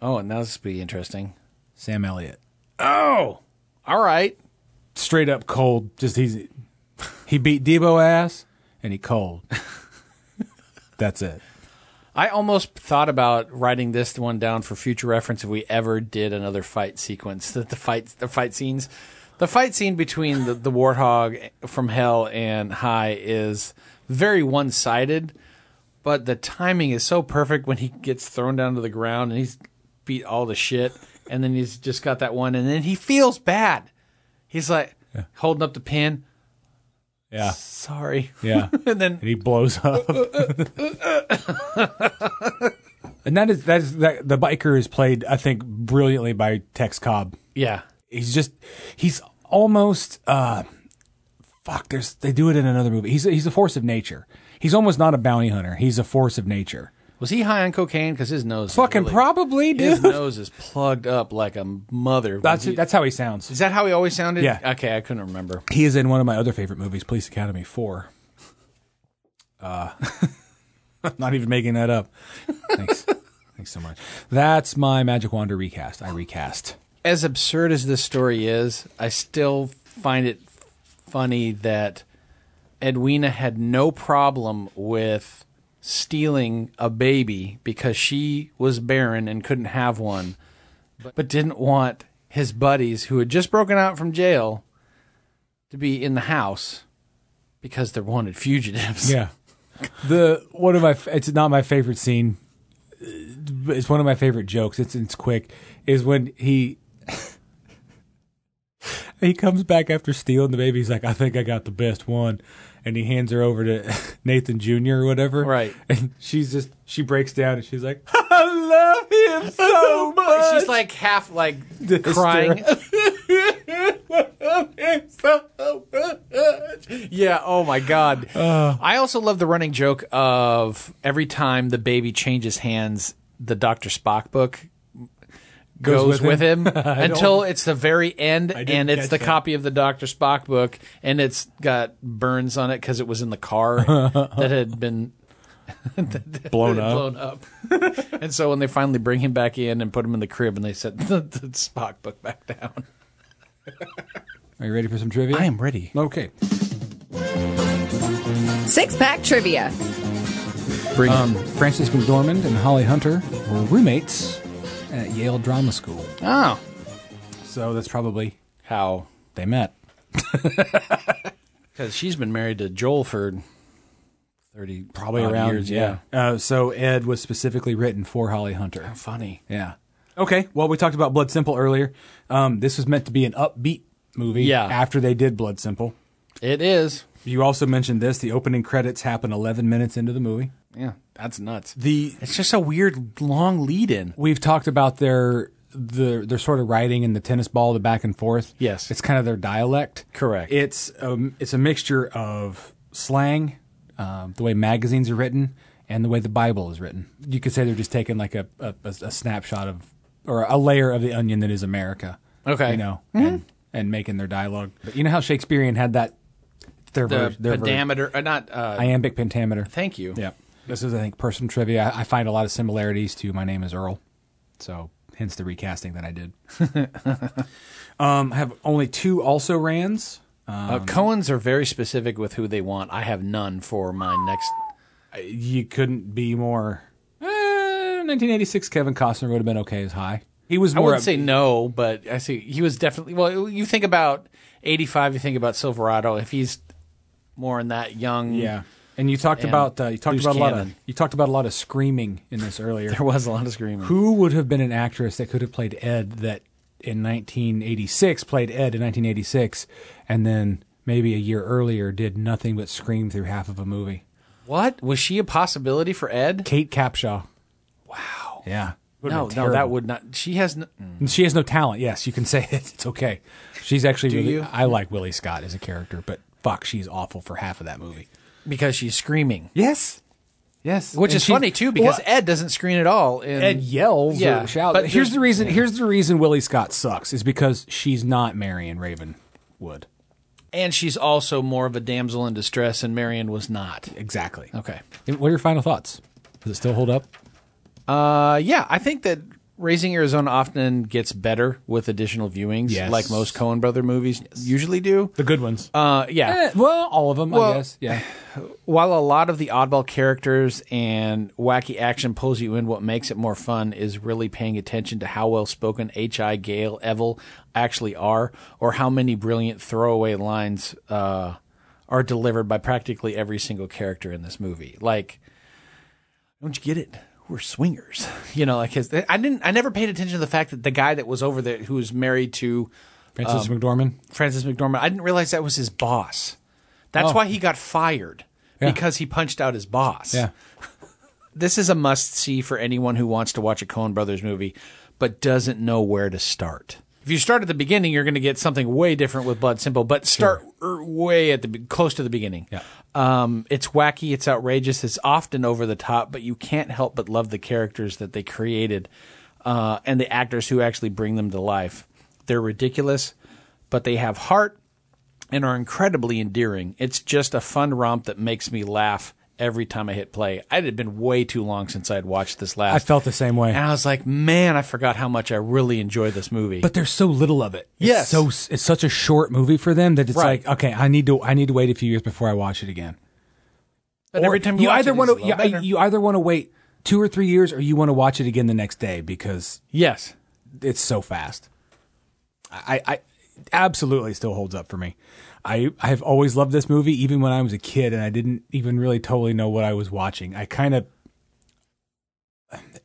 Speaker 6: oh, and that's be interesting.
Speaker 3: Sam Elliott.
Speaker 6: Oh, all right.
Speaker 3: Straight up cold. Just he's he beat Debo ass and he cold. That's it.
Speaker 6: I almost thought about writing this one down for future reference if we ever did another fight sequence. That the fight the fight scenes, the fight scene between the, the warthog from hell and high is very one sided, but the timing is so perfect when he gets thrown down to the ground and he's beat all the shit, and then he's just got that one, and then he feels bad. He's like holding up the pin.
Speaker 3: Yeah.
Speaker 6: Sorry.
Speaker 3: Yeah.
Speaker 6: and then
Speaker 3: And he blows up.
Speaker 6: Uh,
Speaker 3: and that is that is that the biker is played, I think, brilliantly by Tex Cobb.
Speaker 6: yeah.
Speaker 3: He's just he's almost uh fuck, there's they do it in another movie. He's he's a force of nature. He's almost not a bounty hunter. He's a force of nature.
Speaker 6: Was he high on cocaine? Because his nose is
Speaker 3: Fucking
Speaker 6: really-
Speaker 3: probably,
Speaker 6: His
Speaker 3: dude.
Speaker 6: nose is plugged up like a mother. Was
Speaker 3: That's
Speaker 6: he-
Speaker 3: that's how he sounds.
Speaker 6: is that how he always sounded?
Speaker 3: Yeah.
Speaker 6: Okay, I couldn't remember.
Speaker 3: He is in one of my other favorite movies, Police Academy 4. Uh, I'm not even making that up. Thanks. Thanks so much. That's my Magic Wand recast. I recast.
Speaker 6: As absurd as this story is, I still find it funny that Edwina had no problem with stealing a baby because she was barren and couldn't have one, but, but didn't want his buddies who had just broken out from jail to be in the house because they're wanted fugitives.
Speaker 3: Yeah. The one of my it's not my favorite scene. but It's one of my favorite jokes. It's it's quick. Is when he he comes back after stealing the baby. He's like, I think I got the best one, and he hands her over to Nathan Jr. or whatever.
Speaker 6: Right.
Speaker 3: And she's just she breaks down and she's like, I love him so much.
Speaker 6: She's like half like
Speaker 3: Hysterical.
Speaker 6: crying. yeah. Oh my god. I also love the running joke of every time the baby changes hands, the Doctor Spock book goes, with, him, until it's the very end,
Speaker 3: didn't
Speaker 6: and it's
Speaker 3: catch
Speaker 6: the
Speaker 3: that.
Speaker 6: copy of the Doctor Spock book, and it's got burns on it because it was in the car that had been
Speaker 3: blown up.
Speaker 6: blown up. and so when they finally bring him back in and put him in the crib, and they set the, the Spock book back down.
Speaker 3: Are you ready for some trivia?
Speaker 6: I am ready.
Speaker 3: Okay.
Speaker 1: Six pack trivia.
Speaker 6: Bring
Speaker 3: Um, Francis McDormand and Holly Hunter were roommates at Yale Drama School.
Speaker 6: Oh,
Speaker 3: So that's probably
Speaker 6: how?
Speaker 3: they met.
Speaker 6: Because she's been married to Joel for thirty,
Speaker 3: Probably
Speaker 6: odd
Speaker 3: around
Speaker 6: years,
Speaker 3: yeah. Uh, so Ed was specifically written for Holly Hunter.
Speaker 6: Funny.
Speaker 3: Yeah. Okay. Well, we talked about Blood Simple earlier. Um, this was meant to be an upbeat movie.
Speaker 6: Yeah.
Speaker 3: After they did Blood Simple,
Speaker 6: It is.
Speaker 3: you also mentioned this. The opening credits happen 11 minutes into the movie.
Speaker 6: Yeah, that's nuts. Uh,
Speaker 3: The
Speaker 6: It's just a weird long lead in.
Speaker 3: we've talked about their the their sort of writing and the tennis ball, the back and forth.
Speaker 6: Yes.
Speaker 3: it's kind of their dialect.
Speaker 6: Correct.
Speaker 3: It's um it's a mixture of slang, um, the way magazines are written, and the way the Bible is written. You could say they're just taking like a a, a a snapshot of or a layer of the onion that is America.
Speaker 6: Okay.
Speaker 3: you know, and, and making their dialogue. But you know how Shakespearean had that their
Speaker 6: The
Speaker 3: ver- their ver-
Speaker 6: pentameter, uh, not. Uh,
Speaker 3: iambic pentameter.
Speaker 6: thank you.
Speaker 3: Yeah. This is, I think, personal trivia. I, I find a lot of similarities to My Name is Earl. So, hence the recasting that I did. um, I have only two also rans.
Speaker 6: Uh, Coens are very specific with who they want. I have none for my next.
Speaker 3: You couldn't be more. Eh, 1986 Kevin Costner would have been okay as high. He was
Speaker 6: I
Speaker 3: more.
Speaker 6: wouldn't
Speaker 3: up-
Speaker 6: say no, but I see he was definitely. Well, you think about '85, you think about Silverado. If he's more in that young,
Speaker 3: yeah. And you talked
Speaker 6: And
Speaker 3: about uh, you talked
Speaker 6: loose
Speaker 3: about a lot of
Speaker 6: cannon.
Speaker 3: you talked about a lot of screaming in this earlier.
Speaker 6: there was a lot of screaming.
Speaker 3: Who would have been an actress that could have played Ed that in 1986 played Ed in 1986 and then maybe a year earlier did nothing but scream through half of a movie?
Speaker 6: What was she a possibility for Ed?
Speaker 3: Kate Capshaw. Wow. Yeah. Would have
Speaker 6: No,
Speaker 3: been
Speaker 6: no, that
Speaker 3: terrible.
Speaker 6: would not. She has. No,
Speaker 3: And She has no talent. Yes, you can say it. It's okay. She's actually really.
Speaker 6: you?
Speaker 3: I like Willie Scott as a character, but fuck, she's awful for half of that movie.
Speaker 6: because she's screaming.
Speaker 3: Yes. Yes,
Speaker 6: Which
Speaker 3: and
Speaker 6: is
Speaker 3: she-
Speaker 6: funny too because
Speaker 3: Well,
Speaker 6: Ed doesn't screen at all. And
Speaker 3: Ed yells
Speaker 6: yeah,
Speaker 3: or shouts.
Speaker 6: But
Speaker 3: But here's
Speaker 6: there's-
Speaker 3: the reason. Here's the reason Willie Scott sucks is because she's not Marion Ravenwood.
Speaker 6: and she's also more of a damsel in distress, and Marion was not
Speaker 3: exactly.
Speaker 6: Okay.
Speaker 3: What are your final thoughts? Does it still hold up?
Speaker 6: Uh, yeah, I think that Raising Arizona often gets better with additional viewings,
Speaker 3: Yes.
Speaker 6: like most Coen Brother movies usually do.
Speaker 3: The good ones.
Speaker 6: Uh,
Speaker 3: Eh,
Speaker 6: yeah.
Speaker 3: well, all of them,
Speaker 6: Well,
Speaker 3: I guess. Yeah.
Speaker 6: While a lot of the oddball characters and wacky action pulls you in, what makes it more fun is really paying attention to how well spoken H.I. Gale Evel actually are, or how many brilliant throwaway lines uh, are delivered by practically every single character in this movie. Like, don't you get it? We're swingers, you know. Like, his, I didn't, I never paid attention to the fact that the guy that was over there, who was married to
Speaker 3: Francis McDormand.
Speaker 6: Francis McDormand. I didn't realize that was his boss. That's
Speaker 3: Oh.
Speaker 6: why he got fired
Speaker 3: Yeah.
Speaker 6: because he punched out his boss.
Speaker 3: Yeah.
Speaker 6: This is a must see for anyone who wants to watch a Coen Brothers movie but doesn't know where to start. If you start at the beginning, you're going to get something way different with Blood Simple, but start er, way at the be- close to the beginning. Yeah. Um, it's wacky, it's outrageous, it's often over the top, but you can't help but love the characters that they created uh, and the actors who actually bring them to life. They're ridiculous, but they have heart and are incredibly endearing. It's just a fun romp that makes me laugh every time I hit play. It had been way too long since I had watched this last.
Speaker 3: I felt the same way.
Speaker 6: and I was like, man, I forgot how much I really enjoy this movie.
Speaker 3: But there's so little of it. It's
Speaker 6: Yes.
Speaker 3: So it's such a short movie for them that it's
Speaker 6: Right.
Speaker 3: like, okay, I need to I need to wait a few years before I watch it again.
Speaker 6: But
Speaker 3: Or
Speaker 6: every time you, watch
Speaker 3: either
Speaker 6: it,
Speaker 3: want
Speaker 6: it's a
Speaker 3: to
Speaker 6: little better.
Speaker 3: you either want to wait two or three years or you want to watch it again the next day because
Speaker 6: yes,
Speaker 3: it's so fast. I, I absolutely still holds up for me. I I have always loved this movie, even when I was a kid, and I didn't even really totally know what I was watching. I kind of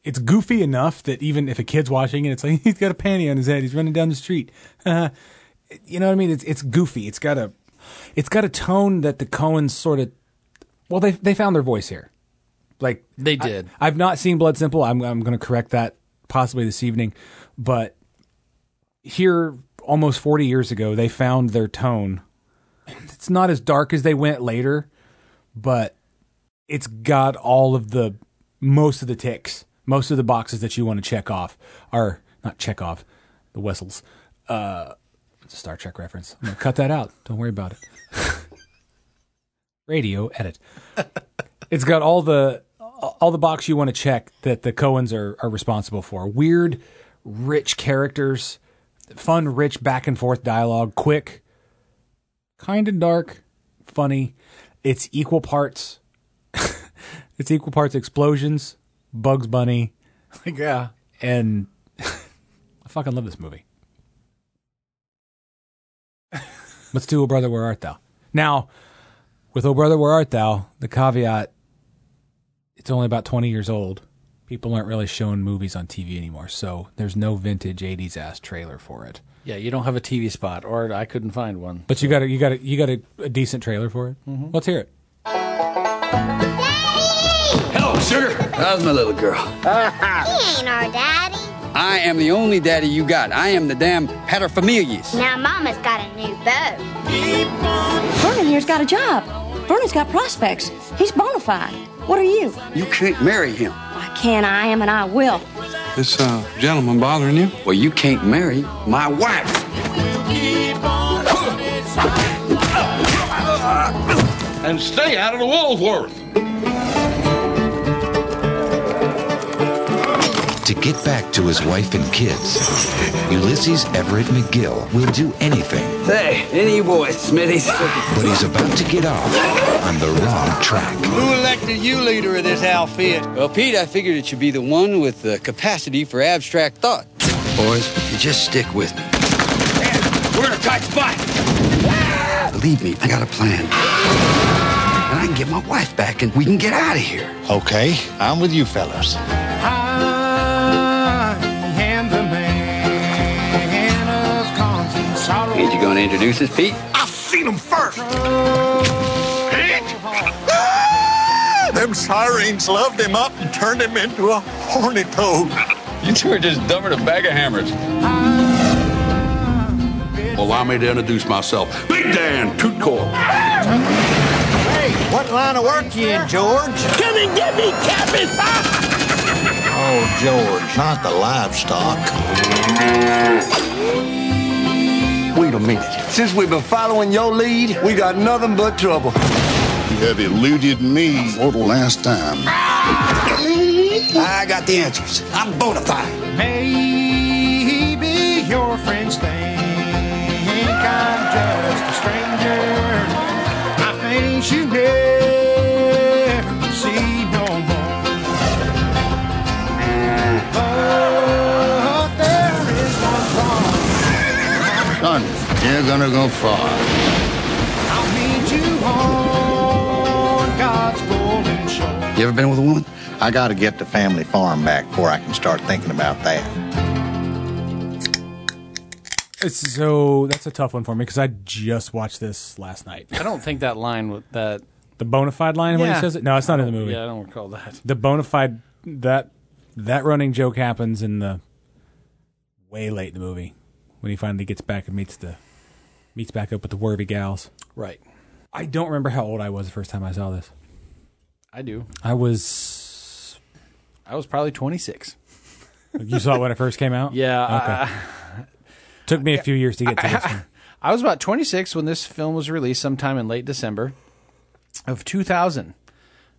Speaker 3: it's goofy enough that even if a kid's watching it, it's like he's got a panty on his head, he's running down the street. you know what I mean? It's it's goofy. It's got a it's got a tone that the Coens sort of well they they found their voice here. Like
Speaker 6: they did.
Speaker 3: I, have not seen Blood Simple. I'm I'm going to correct that possibly this evening, but here almost 40 years ago they found their tone. It's not as dark as they went later, but it's got all of the most of the ticks, most of the boxes that you want to check off are not check off the whistles. Uh, it's a Star Trek reference. I'm gonna cut that out. Don't worry about it. Radio edit. it's got all the all the box you want to check that the Cohens are are responsible for. Weird, rich characters, fun, rich back and forth dialogue, quick, kind of dark, funny. It's equal parts. it's equal parts explosions, Bugs Bunny,
Speaker 6: yeah.
Speaker 3: and I fucking love this movie. Let's do "O Brother, Where Art Thou." Now, with "O Brother, Where Art Thou," the caveat: it's only about twenty years old. People aren't really showing movies on TV anymore, so there's no vintage '80s ass trailer for it.
Speaker 6: Yeah, you don't have a TV spot, or I couldn't find one.
Speaker 3: But you got a, you got a, you got a, a decent trailer for it. Let's hear it.
Speaker 12: Hello, sugar. How's my little girl?
Speaker 13: He ain't our daddy.
Speaker 12: I am the only daddy you got. I am the damn paterfamilias.
Speaker 13: Now Mama's got a new beau.
Speaker 14: Vernon here's got a job. Vernon's got prospects. He's bona fide. What are you?
Speaker 12: You can't marry him.
Speaker 14: I can, I am, and I will.
Speaker 12: This uh, gentleman bothering you? Well, you can't marry my wife.
Speaker 5: And stay out of the Woolworth.
Speaker 15: To get back to his wife and kids, Ulysses Everett McGill will do anything,
Speaker 12: Hey, any boys, Smithies. Who
Speaker 15: but he's about to get off on the wrong track.
Speaker 12: elected you leader of this outfit? Well, Pete, I figured it should be the one with the capacity for abstract thought. Boys, you just stick with me.
Speaker 11: We're in a tight spot.
Speaker 12: Believe me, I got a plan. And I can get my wife back and we can get out of here.
Speaker 16: Okay, I'm with you fellas.
Speaker 12: Ain't you gonna introduce us, Pete?
Speaker 11: I've seen him first.
Speaker 16: Them sirens loved him up and turned him into a horny toad.
Speaker 5: You two are just dumber than a bag of hammers. Allow me to introduce myself. Big Dan Tootcore.
Speaker 16: Hey,
Speaker 17: What line of work you in, George?
Speaker 11: Come and get me, Captain!
Speaker 17: Oh, George, not the livestock.
Speaker 18: Wait a minute. Since we've been following your lead, we got nothing but trouble.
Speaker 16: You have eluded me for the last time.
Speaker 18: I got the answers. I'm bona fide.
Speaker 11: Maybe your friends think I'm just a stranger. I face you never see no more. But there is one wrong.
Speaker 16: Son, you're gonna go far.
Speaker 11: I'll meet you on God's golden shore.
Speaker 17: You ever been with a woman? I got to get the family farm back before I can start thinking about that.
Speaker 3: It's, so that's a tough one for me because I just watched this last night.
Speaker 6: I don't think that line with that.
Speaker 3: The bona fide line when he says it. No, it's not in the movie.
Speaker 6: Yeah, I don't recall that.
Speaker 3: The bona fide that that running joke happens in the way late in the movie when he finally gets back and meets the meets back up with the worthy gals.
Speaker 6: Right.
Speaker 3: I don't remember how old I was the first time I saw this.
Speaker 6: I do.
Speaker 3: I was.
Speaker 6: I was probably 26.
Speaker 3: You saw it when it first came out.
Speaker 6: Yeah.
Speaker 3: Okay. Took me a few years to get to this. one.
Speaker 6: I was about 26 when this film was released sometime in late December of 2000.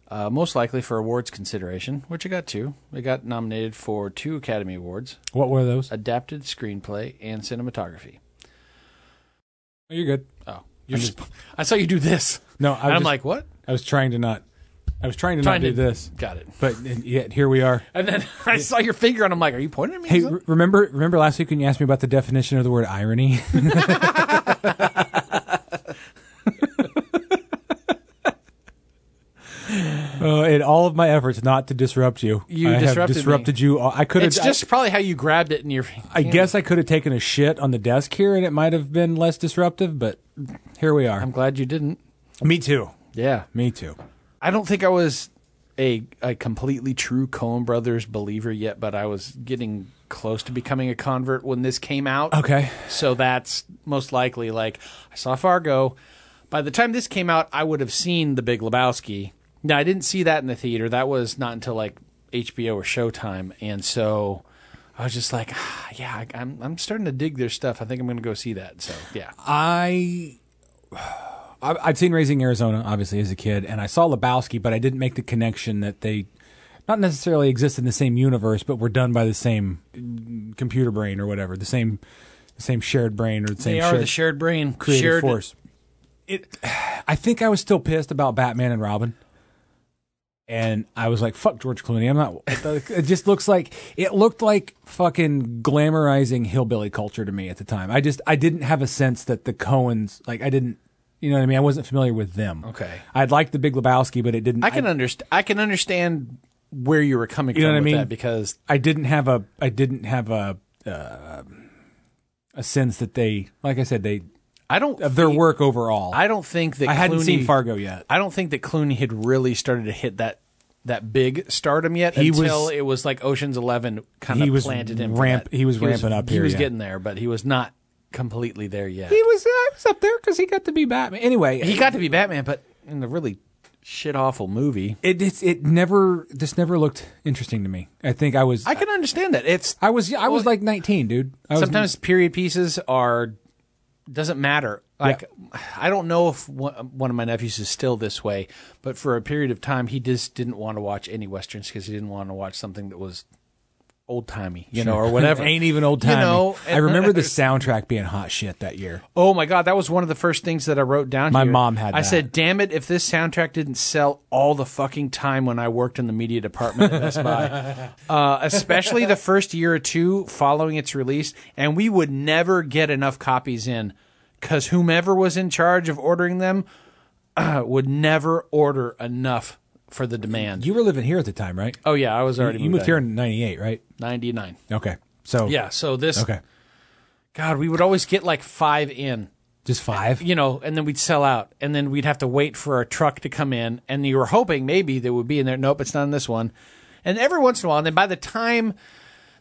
Speaker 6: Uh, most likely for awards consideration, which it got two. It got nominated for two Academy Awards.
Speaker 3: What were those?
Speaker 6: Adapted screenplay and cinematography.
Speaker 3: You're good.
Speaker 6: Oh, you're just, I saw you do this.
Speaker 3: No,
Speaker 6: And
Speaker 3: I was
Speaker 6: I'm
Speaker 3: just-
Speaker 6: like, what?
Speaker 3: I was trying to not. I was trying to
Speaker 6: Trying
Speaker 3: not
Speaker 6: to-
Speaker 3: do this.
Speaker 6: got it.
Speaker 3: But and yet here we are.
Speaker 6: And then I saw your finger, and I'm like, are you pointing at me?
Speaker 3: Hey, re- remember remember last week when you asked me about the definition of the word irony? Uh, in all of my efforts not to disrupt you,
Speaker 6: You
Speaker 3: I have
Speaker 6: disrupted me.
Speaker 3: disrupted you. all- I could have.
Speaker 6: it's just probably how you grabbed it in your.
Speaker 3: I, I guess I could have taken a shit on the desk here, and it might have been less disruptive. But here we are. I'm
Speaker 6: glad you didn't.
Speaker 3: Me too.
Speaker 6: Yeah.
Speaker 3: Me too.
Speaker 6: I don't think I was a a completely true Coen Brothers believer yet, but I was getting close to becoming a convert when this came out.
Speaker 3: Okay.
Speaker 6: So that's most likely like I saw Fargo. By the time this came out, I would have seen The Big Lebowski. Now I didn't see that in the theater. That was not until like HBO or Showtime, and so I was just like, ah, yeah, I, I'm I'm starting to dig their stuff. I think I'm going to go see that. So yeah,
Speaker 3: I I- I'd seen Raising Arizona obviously as a kid, and I saw Lebowski, but I didn't make the connection that they not necessarily exist in the same universe, but were done by the same mm, computer brain or whatever, the same the same shared brain or the same
Speaker 6: they are
Speaker 3: shared,
Speaker 6: the shared brain,
Speaker 3: creative
Speaker 6: shared
Speaker 3: force. It, I think I was still pissed about Batman and Robin. And I was like, "Fuck George Clooney." I'm not. It just looks like it looked like fucking glamorizing hillbilly culture to me at the time. I just I didn't have a sense that the Cohens like I didn't, you know what I mean. I wasn't familiar with them.
Speaker 6: Okay.
Speaker 3: I'd like the Big Lebowski, but it didn't.
Speaker 6: I can understand. I can understand where you were coming
Speaker 3: You know
Speaker 6: from
Speaker 3: what I
Speaker 6: with
Speaker 3: mean?
Speaker 6: that because
Speaker 3: I didn't have a I didn't have a uh, a sense that they like I said they
Speaker 6: I don't
Speaker 3: of their work overall.
Speaker 6: I don't think that
Speaker 3: I hadn't
Speaker 6: Clooney-
Speaker 3: seen Fargo yet.
Speaker 6: I don't think that Clooney had really started to hit that that big stardom yet
Speaker 3: He
Speaker 6: until
Speaker 3: was-
Speaker 6: it was like Ocean's Eleven kind
Speaker 3: He
Speaker 6: of
Speaker 3: was
Speaker 6: planted him.
Speaker 3: ramp-
Speaker 6: for that.
Speaker 3: he was ramping up
Speaker 6: He
Speaker 3: here,
Speaker 6: was
Speaker 3: yeah.
Speaker 6: getting there, but he was not completely there yet.
Speaker 3: He was I was up there because he got to be Batman. Anyway,
Speaker 6: He got to be Batman, but in a really shit awful movie.
Speaker 3: it it, it never this never looked interesting to me. I think I was
Speaker 6: I can understand that. It's
Speaker 3: I was I was like 19, dude. I was,
Speaker 6: sometimes period pieces are doesn't matter. Like I don't know if one, one of my nephews is still this way, but for a period of time he just didn't want to watch any westerns because he didn't want to watch something that was old timey, you know, or whatever.
Speaker 3: Ain't even old
Speaker 6: You
Speaker 3: time.
Speaker 6: know,
Speaker 3: I remember the soundtrack being hot shit that year.
Speaker 6: Oh my god, that was one of the first things that I wrote down.
Speaker 3: My
Speaker 6: here.
Speaker 3: mom had
Speaker 6: I
Speaker 3: that.
Speaker 6: said, "Damn it! If this soundtrack didn't sell all the fucking time when I worked in the media department at Best Buy, uh, especially the first year or two following its release, and we would never get enough copies in, because whomever was in charge of ordering them would never order enough for the demand."
Speaker 3: You were living here at the time, right?
Speaker 6: oh yeah, I was already
Speaker 3: you moved
Speaker 6: out
Speaker 3: here in 98, right?
Speaker 6: 99.
Speaker 3: Okay. So
Speaker 6: Yeah, so this
Speaker 3: Okay.
Speaker 6: God, we would always get like five in.
Speaker 3: Just 5.
Speaker 6: you know, and then we'd sell out, and then we'd have to wait for a truck to come in, and you were hoping maybe they would be in there. Nope, it's not in this one. And every once in a while, and then by the time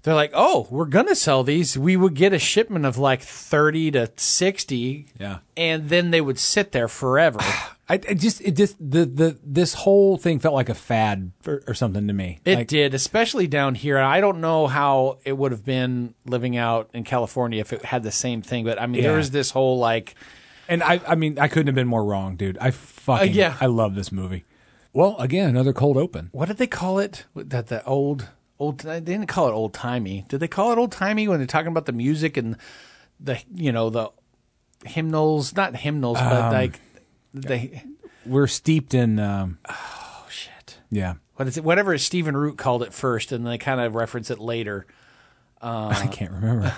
Speaker 6: they're like, "Oh, we're gonna sell these," we would get a shipment of like thirty to sixty,
Speaker 3: Yeah.
Speaker 6: and then they would sit there forever.
Speaker 3: I, I just it just the the this whole thing felt like a fad or, or something to me.
Speaker 6: It
Speaker 3: Like,
Speaker 6: did, especially down here. I don't know how it would have been living out in California if it had the same thing, but I mean, there
Speaker 3: Yeah.
Speaker 6: was this whole like.
Speaker 3: And I, I mean, I couldn't have been more wrong, dude. I fucking,
Speaker 6: Uh, yeah.
Speaker 3: I love this movie. Well, again, another cold open.
Speaker 6: What did they call it? That the old old they didn't call it old timey. Did they call it old timey when they're talking about the music and the you know the hymnals, not hymnals, but
Speaker 3: Um,
Speaker 6: like they
Speaker 3: We're steeped in. Um, oh shit! Yeah,
Speaker 6: what is it? Whatever Stephen Root called it first, and they kind of reference it later. Uh,
Speaker 3: I can't remember.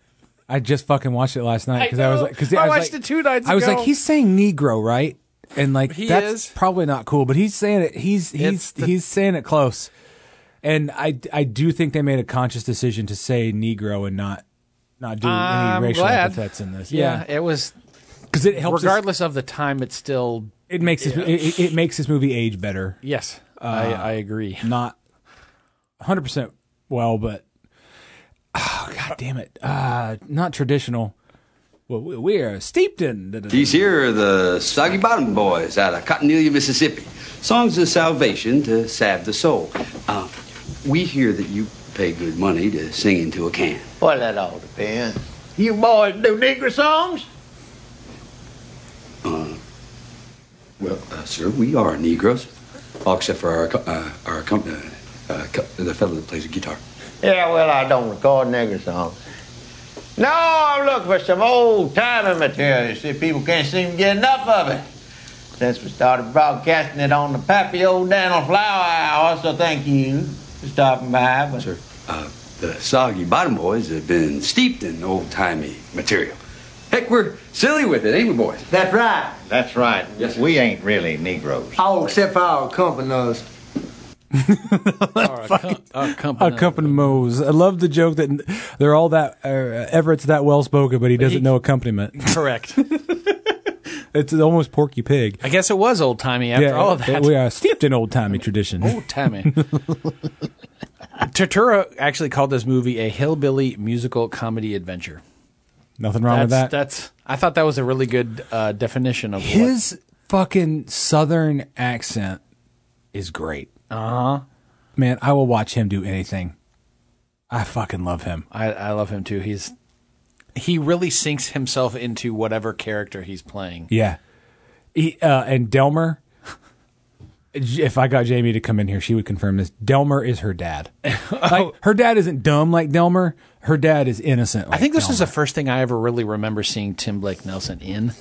Speaker 3: I just fucking watched it last night because I, was
Speaker 6: know.
Speaker 3: like, because
Speaker 6: I
Speaker 3: was
Speaker 6: watched
Speaker 3: like-
Speaker 6: it two nights
Speaker 3: I was
Speaker 6: ago.
Speaker 3: like, he's saying Negro, right? And like,
Speaker 6: He
Speaker 3: that's
Speaker 6: is.
Speaker 3: probably not cool, but he's saying it. He's he's he's saying it close. And I I do think they made a conscious decision to say Negro and not not do
Speaker 6: I'm
Speaker 3: any racial
Speaker 6: glad.
Speaker 3: epithets in this.
Speaker 6: Yeah, it was
Speaker 3: because it helps us-
Speaker 6: Regardless of the time, it's still
Speaker 3: it makes this,
Speaker 6: Yeah.
Speaker 3: it, it- it makes this movie age better.
Speaker 6: Yes, I- I agree.
Speaker 3: Not 100 percent well, but oh god damn it, uh, not traditional. Well, we- we are steeped in. da- da- da-
Speaker 19: These here are the Soggy Bottom Boys out of Cottonelia, Mississippi. Songs of salvation to salve the soul. Uh, we hear that you pay good money to sing into a can.
Speaker 20: Well, that all depends. You boys do Negro songs?
Speaker 19: Uh, well, uh, sir, we are Negroes, all except for our co- uh, our company, uh, co- the fellow that plays the guitar.
Speaker 20: Yeah, well, I don't record Negro songs. No, I'm looking for some old timey material. You see, people can't seem to get enough of it. Since we started broadcasting it on the Pappy Old Daniel Flower Hour, so thank you for stopping by. But
Speaker 19: Sir. Uh, the Soggy Bottom Boys have been steeped in old-timey material. Heck, we're silly with it, ain't we, boys?
Speaker 20: That's right.
Speaker 19: That's right. Yes, we ain't really
Speaker 20: Negroes.
Speaker 18: Oh, except for our uh, companies.
Speaker 3: Accompaniments. I love the joke that they're all that uh, Everett's that well spoken, but he doesn't know accompaniment.
Speaker 6: correct.
Speaker 3: It's almost Porky Pig.
Speaker 6: I guess it was old timey after all
Speaker 3: but
Speaker 6: that. Oh,
Speaker 3: we are steeped in old timey tradition.
Speaker 6: Old timey. Turturro actually called this movie a hillbilly musical comedy adventure.
Speaker 3: Nothing wrong
Speaker 6: that's,
Speaker 3: with that.
Speaker 6: That's. I thought that was a really good uh, definition of what-
Speaker 3: His fucking southern accent is great.
Speaker 6: Uh huh.
Speaker 3: Man, I will watch him do anything. I fucking love him.
Speaker 6: I, I love him too. He's he really sinks himself into whatever character he's playing.
Speaker 3: Yeah. He, uh, and Delmer, if I got Jamie to come in here, she would confirm this. Delmer is her dad.
Speaker 6: Oh.
Speaker 3: Like, her dad isn't dumb like Delmer. Her dad is innocent.
Speaker 6: I think this is the first thing I ever really remember seeing Tim Blake Nelson in,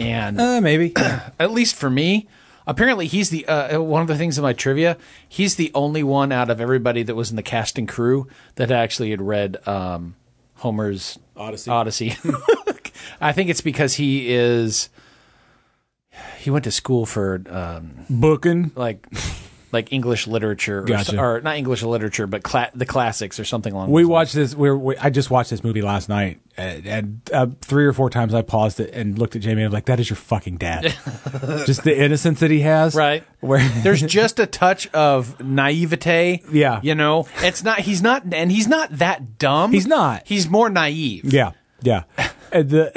Speaker 6: and
Speaker 3: Uh, maybe
Speaker 6: at least for me. Apparently, he's the uh, one of the things in my trivia. He's the only one out of everybody that was in the cast and crew that actually had read um, Homer's Odyssey. Odyssey. I think it's because he is he went to school for um,
Speaker 3: booking
Speaker 6: like like English literature or,
Speaker 3: Gotcha.
Speaker 6: or not English literature, but cla- the classics or something along.
Speaker 3: We watched this. We, we I just watched this movie last night, and, and uh, three or four times I paused it and looked at Jamie. and I'm like, "That is your fucking dad." just the innocence that he has.
Speaker 6: Right.
Speaker 3: Where
Speaker 6: There's just a touch of naivete.
Speaker 3: Yeah.
Speaker 6: You know, it's not, he's not, and he's not that dumb.
Speaker 3: He's not.
Speaker 6: He's more naive.
Speaker 3: Yeah, yeah. And the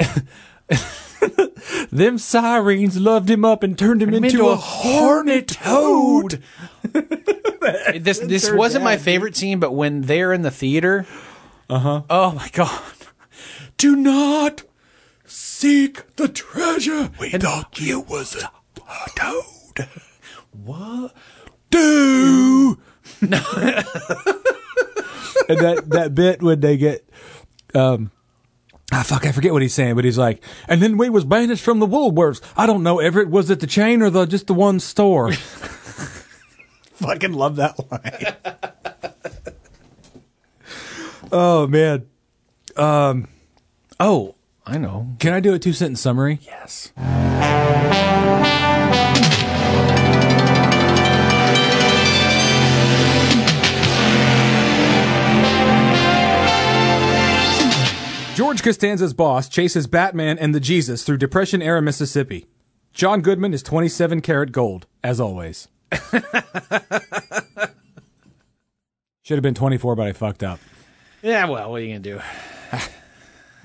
Speaker 3: them sirens loved him up and turned him, into, a hornet Oh, toad.
Speaker 6: This, this
Speaker 3: their
Speaker 6: wasn't my
Speaker 3: dad,
Speaker 6: favorite scene, but when they're in the theater, uh huh.
Speaker 3: Uh-huh.
Speaker 6: Oh my God. Do not seek the treasure. We thought you was a, a toad. What? Do.
Speaker 3: and that that bit when they get um Ah, fuck, I forget what he's saying, but he's like, and then we was banished from the Woolworths. I don't know, Everett, was it the chain or the just the one store? Fucking love that line. oh man. Um
Speaker 6: Oh, I know.
Speaker 3: Can I do a two sentence summary?
Speaker 6: Yes.
Speaker 3: George Costanza's boss chases Batman and the Jesus through Depression era Mississippi. John Goodman is 27 karat gold, as always. Should have been 24, but I fucked up.
Speaker 6: Yeah, well, what are you going to do?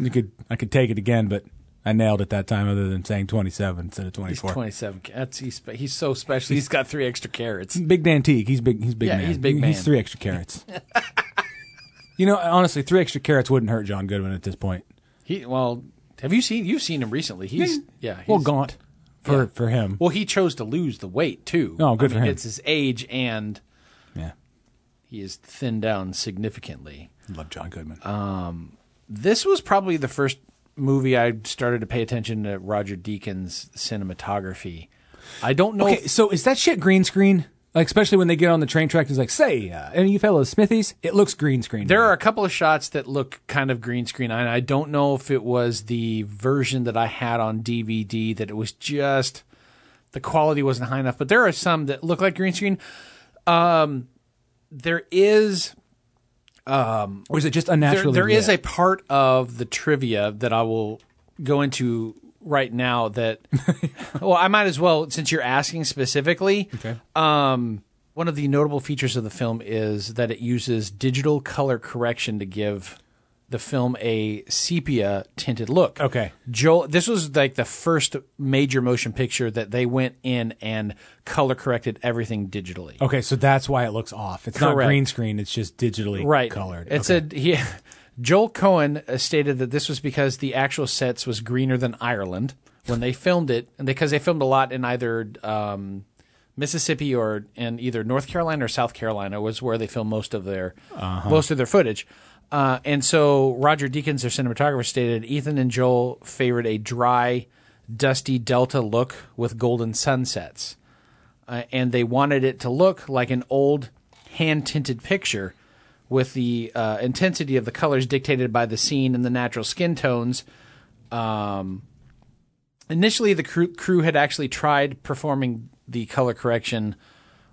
Speaker 3: You could, I could take it again, but I nailed it that time, other than saying 27 instead of 24.
Speaker 6: He's 27. That's he's he's so special. He's got three extra carrots.
Speaker 3: Big Dan Teague. He's big. He's big.
Speaker 6: Yeah,
Speaker 3: man.
Speaker 6: he's big man.
Speaker 3: He's three extra carrots. you know, honestly, three extra carrots wouldn't hurt John Goodman at this point.
Speaker 6: He well, have you seen you've seen him recently? He's yeah, he's,
Speaker 3: well gaunt for
Speaker 6: yeah.
Speaker 3: for him.
Speaker 6: Well, he chose to lose the weight too.
Speaker 3: Oh, good
Speaker 6: I
Speaker 3: for
Speaker 6: mean,
Speaker 3: him.
Speaker 6: It's his age and
Speaker 3: Yeah.
Speaker 6: he is thinned down significantly.
Speaker 3: Love John Goodman.
Speaker 6: Um, this was probably the first movie I started to pay attention to Roger Deakins' cinematography. I don't know.
Speaker 3: Okay,
Speaker 6: if-
Speaker 3: so is that shit green screen? Like, especially when they get on the train track, and it's like, say, uh, any of you fellows, Smithies, it looks green screen.
Speaker 6: There are a couple of shots that look kind of green screen, and I don't know if it was the version that I had on DVD that it was just the quality wasn't high enough. But there are some that look like green screen. Um, there is, um,
Speaker 3: Or is it just unnaturally
Speaker 6: There, there is a
Speaker 3: lit?
Speaker 6: part of the trivia that I will go into right now. That well, I might as well since you're asking specifically.
Speaker 3: Okay.
Speaker 6: Um, one of the notable features of the film is that it uses digital color correction to give the film a sepia tinted look.
Speaker 3: Okay.
Speaker 6: Joel, this was like the first major motion picture that they went in and color corrected everything digitally.
Speaker 3: Okay, so that's why it looks off. It's not
Speaker 6: Correct.
Speaker 3: green screen. It's just digitally
Speaker 6: right.
Speaker 3: colored.
Speaker 6: It said he, Joel Cohen uh, stated that this was because the actual sets was greener than Ireland when they filmed it, and because they filmed a lot in either um, Mississippi or in either North Carolina or South Carolina was where they filmed most of their
Speaker 3: Uh-huh.
Speaker 6: most of their footage. Uh, and so Roger Deakins, their cinematographer, stated Ethan and Joel favored a dry, dusty delta look with golden sunsets uh, and they wanted it to look like an old hand tinted picture with the uh, intensity of the colors dictated by the scene and the natural skin tones. Um, initially, the crew, crew had actually tried performing the color correction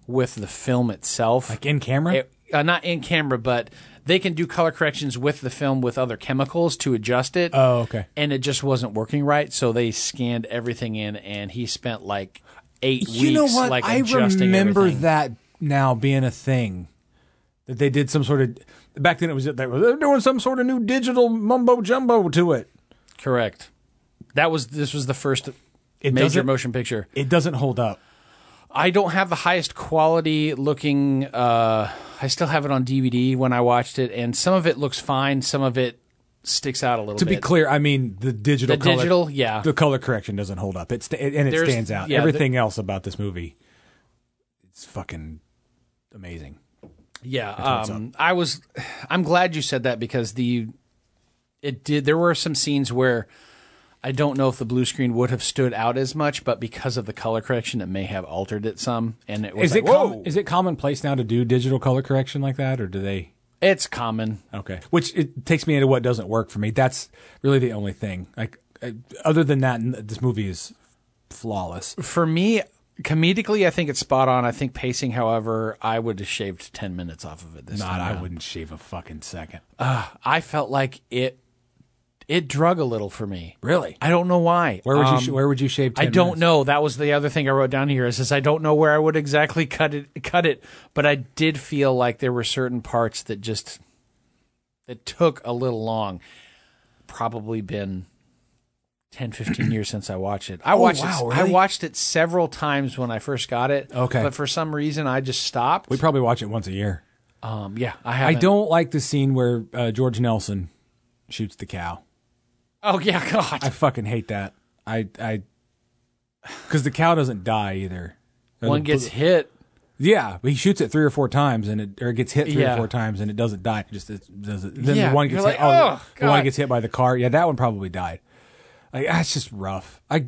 Speaker 6: with the film itself. Like
Speaker 3: in camera?
Speaker 6: uh, not in camera, but they can do color corrections with the film with other chemicals to adjust it.
Speaker 3: Oh, okay.
Speaker 6: And it just wasn't working right, so they scanned everything in, and he spent like eight
Speaker 3: you know
Speaker 6: weeks
Speaker 3: what?
Speaker 6: like
Speaker 3: I
Speaker 6: adjusting
Speaker 3: remember
Speaker 6: everything.
Speaker 3: that now being a thing. That they did some sort of back then it was that they were doing some sort of new digital mumbo jumbo to it.
Speaker 6: Correct. That was this was the first
Speaker 3: It
Speaker 6: major
Speaker 3: doesn't-
Speaker 6: motion picture.
Speaker 3: It doesn't hold up.
Speaker 6: I don't have the highest quality looking. Uh, I still have it on DVD when I watched it, and some of it looks fine. Some of it sticks out a little.
Speaker 3: To
Speaker 6: bit.
Speaker 3: be clear, I mean the digital
Speaker 6: The
Speaker 3: color,
Speaker 6: digital, yeah.
Speaker 3: the color correction doesn't hold up. It's and it
Speaker 6: There's-
Speaker 3: stands out.
Speaker 6: yeah,
Speaker 3: Everything else about this movie, it's fucking amazing.
Speaker 6: Yeah,
Speaker 3: That's what's
Speaker 6: um, I was. I'm glad you said that because the it did. There were some scenes where I don't know if the blue screen would have stood out as much, but because of the color correction, it may have altered it some. And it
Speaker 3: Is
Speaker 6: was like,
Speaker 3: it com-
Speaker 6: whoa,
Speaker 3: is it commonplace now to do digital color correction like that, or do they?
Speaker 6: it's common.
Speaker 3: Okay, which it takes me into what doesn't work for me. That's really the only thing. Like, I, other than that, n- this movie is flawless.
Speaker 6: For me, comedically, I think it's spot on. I think pacing, however, I would have shaved ten minutes off of it. This
Speaker 3: Not,
Speaker 6: time
Speaker 3: I
Speaker 6: around.
Speaker 3: wouldn't shave a fucking second.
Speaker 6: Uh, I felt like it. It drug a little for me.
Speaker 3: Really?
Speaker 6: I don't know why.
Speaker 3: Where would you
Speaker 6: Um,
Speaker 3: sh- Where would you shave? 10
Speaker 6: I don't
Speaker 3: minutes?
Speaker 6: know. That was the other thing I wrote down here is, is I don't know where I would exactly cut it cut it, but I did feel like there were certain parts that just that took a little long. Probably been 10 15 years since I watched it. I
Speaker 3: Oh,
Speaker 6: watched
Speaker 3: wow,
Speaker 6: it I
Speaker 3: really?
Speaker 6: watched it several times when I first got it.
Speaker 3: Okay.
Speaker 6: But for some reason I just stopped.
Speaker 3: We probably watch it once a year.
Speaker 6: Um yeah, I
Speaker 3: I
Speaker 6: haven't.
Speaker 3: don't like the scene where uh, George Nelson shoots the cow.
Speaker 6: Oh yeah, god.
Speaker 3: I fucking hate that. I I because the cow doesn't die either. Or
Speaker 6: One
Speaker 3: the-
Speaker 6: gets hit.
Speaker 3: Yeah, but he shoots it three or four times, and it or it gets hit three
Speaker 6: Yeah.
Speaker 3: or four times, and it doesn't die. It just it does it. Then
Speaker 6: Yeah,
Speaker 3: the one
Speaker 6: you're
Speaker 3: gets
Speaker 6: like,
Speaker 3: hit. Oh,
Speaker 6: "Oh,
Speaker 3: the one
Speaker 6: God."
Speaker 3: gets hit by the car. Yeah, that one probably died. Like that's just rough. I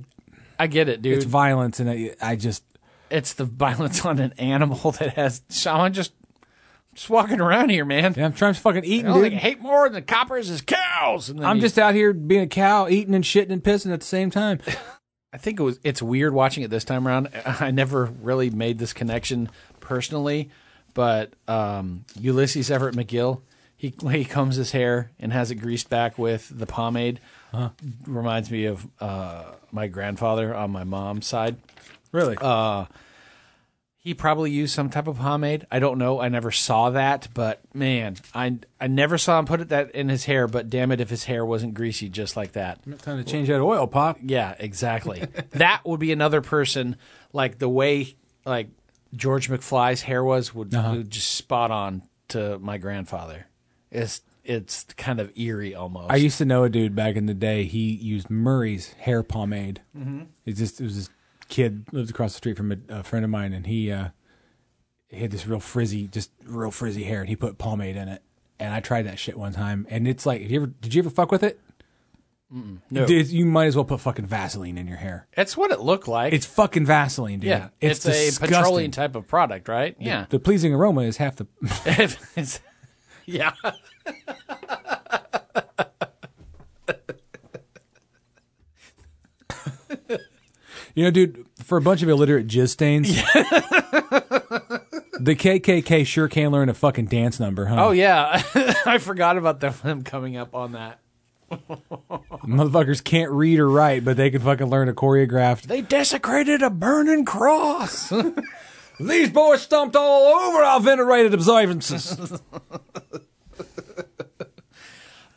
Speaker 6: I get it, dude.
Speaker 3: it's violence, and I, I just
Speaker 6: it's the violence on an animal that has someone just just walking around here, man.
Speaker 3: yeah, I'm trying to fucking
Speaker 6: The
Speaker 3: eating,
Speaker 6: only
Speaker 3: dude.
Speaker 6: thing I hate more than coppers is cows. And then
Speaker 3: I'm
Speaker 6: he-
Speaker 3: just out here being a cow, eating and shitting and pissing at the same time.
Speaker 6: I think it was. It's weird watching it this time around. I never really made this connection personally, but um, Ulysses Everett McGill, he when he combs his hair and has it greased back with the pomade, reminds me of uh, my grandfather on my mom's side.
Speaker 3: Really?
Speaker 6: Uh, He probably used some type of pomade. I don't know. I never saw that, but man, I I never saw him put it that in his hair. But damn it, if his hair wasn't greasy just like that,
Speaker 3: time to change that oil, pop.
Speaker 6: Yeah, exactly. that would be another person like the way like George McFly's hair was would,
Speaker 3: Uh-huh.
Speaker 6: would just spot on to my grandfather. It's it's kind of eerie almost.
Speaker 3: I used to know a dude back in the day. He used Murray's hair pomade.
Speaker 6: Mhm.
Speaker 3: It just it was this kid lived across the street from a, a friend of mine, and he uh, he had this real frizzy, just real frizzy hair, and he put pomade in it. And I tried that shit one time, and it's like, have you ever, did you ever fuck with it?
Speaker 6: Mm-mm.
Speaker 3: Dude, you might as well put fucking Vaseline in your hair.
Speaker 6: That's what it looked like.
Speaker 3: It's fucking Vaseline, dude.
Speaker 6: yeah,
Speaker 3: it's,
Speaker 6: it's, a
Speaker 3: disgusting.
Speaker 6: petroleum type of product, right?
Speaker 3: The-
Speaker 6: Yeah,
Speaker 3: the pleasing aroma is half the.
Speaker 6: It's- yeah.
Speaker 3: You know, dude, for a bunch of illiterate jizz stains, the KKK sure can learn a fucking dance number, huh?
Speaker 6: Oh yeah, I forgot about them- them coming up on that.
Speaker 3: Motherfuckers can't read or write, but they can fucking learn a choreographed.
Speaker 6: They desecrated a burning cross.
Speaker 3: These boys stomped all over our venerated observances.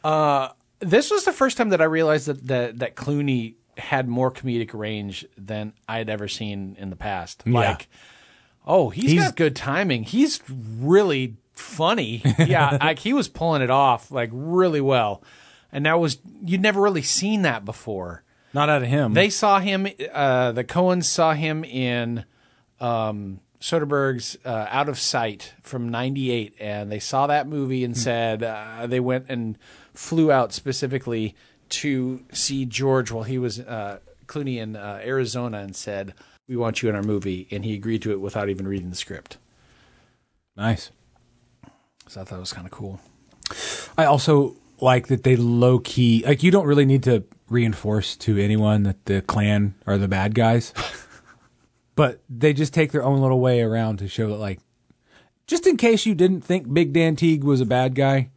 Speaker 6: Uh, this was the first time that I realized that that, that Clooney had more comedic range than I had ever seen in the past.
Speaker 3: Yeah.
Speaker 6: Like, oh, he's got good timing. He's really funny. Yeah, like he was pulling it off like really well. And that was you'd never really seen that before.
Speaker 3: Not out of him.
Speaker 6: They saw him. Uh, the Coens saw him in um, Soderbergh's uh, Out of Sight from '98, and they saw that movie and said uh, they went and flew out specifically to see George while he was uh, Clooney in uh, Arizona, and said, "We want you in our movie," and he agreed to it without even reading the script.
Speaker 3: nice.
Speaker 6: So I thought it was kind of cool.
Speaker 3: I also like that they low key, like, you don't really need to reinforce to anyone that the Klan are the bad guys, but they just take their own little way around to show that, like, just in case you didn't think Big Dan Teague was a bad guy,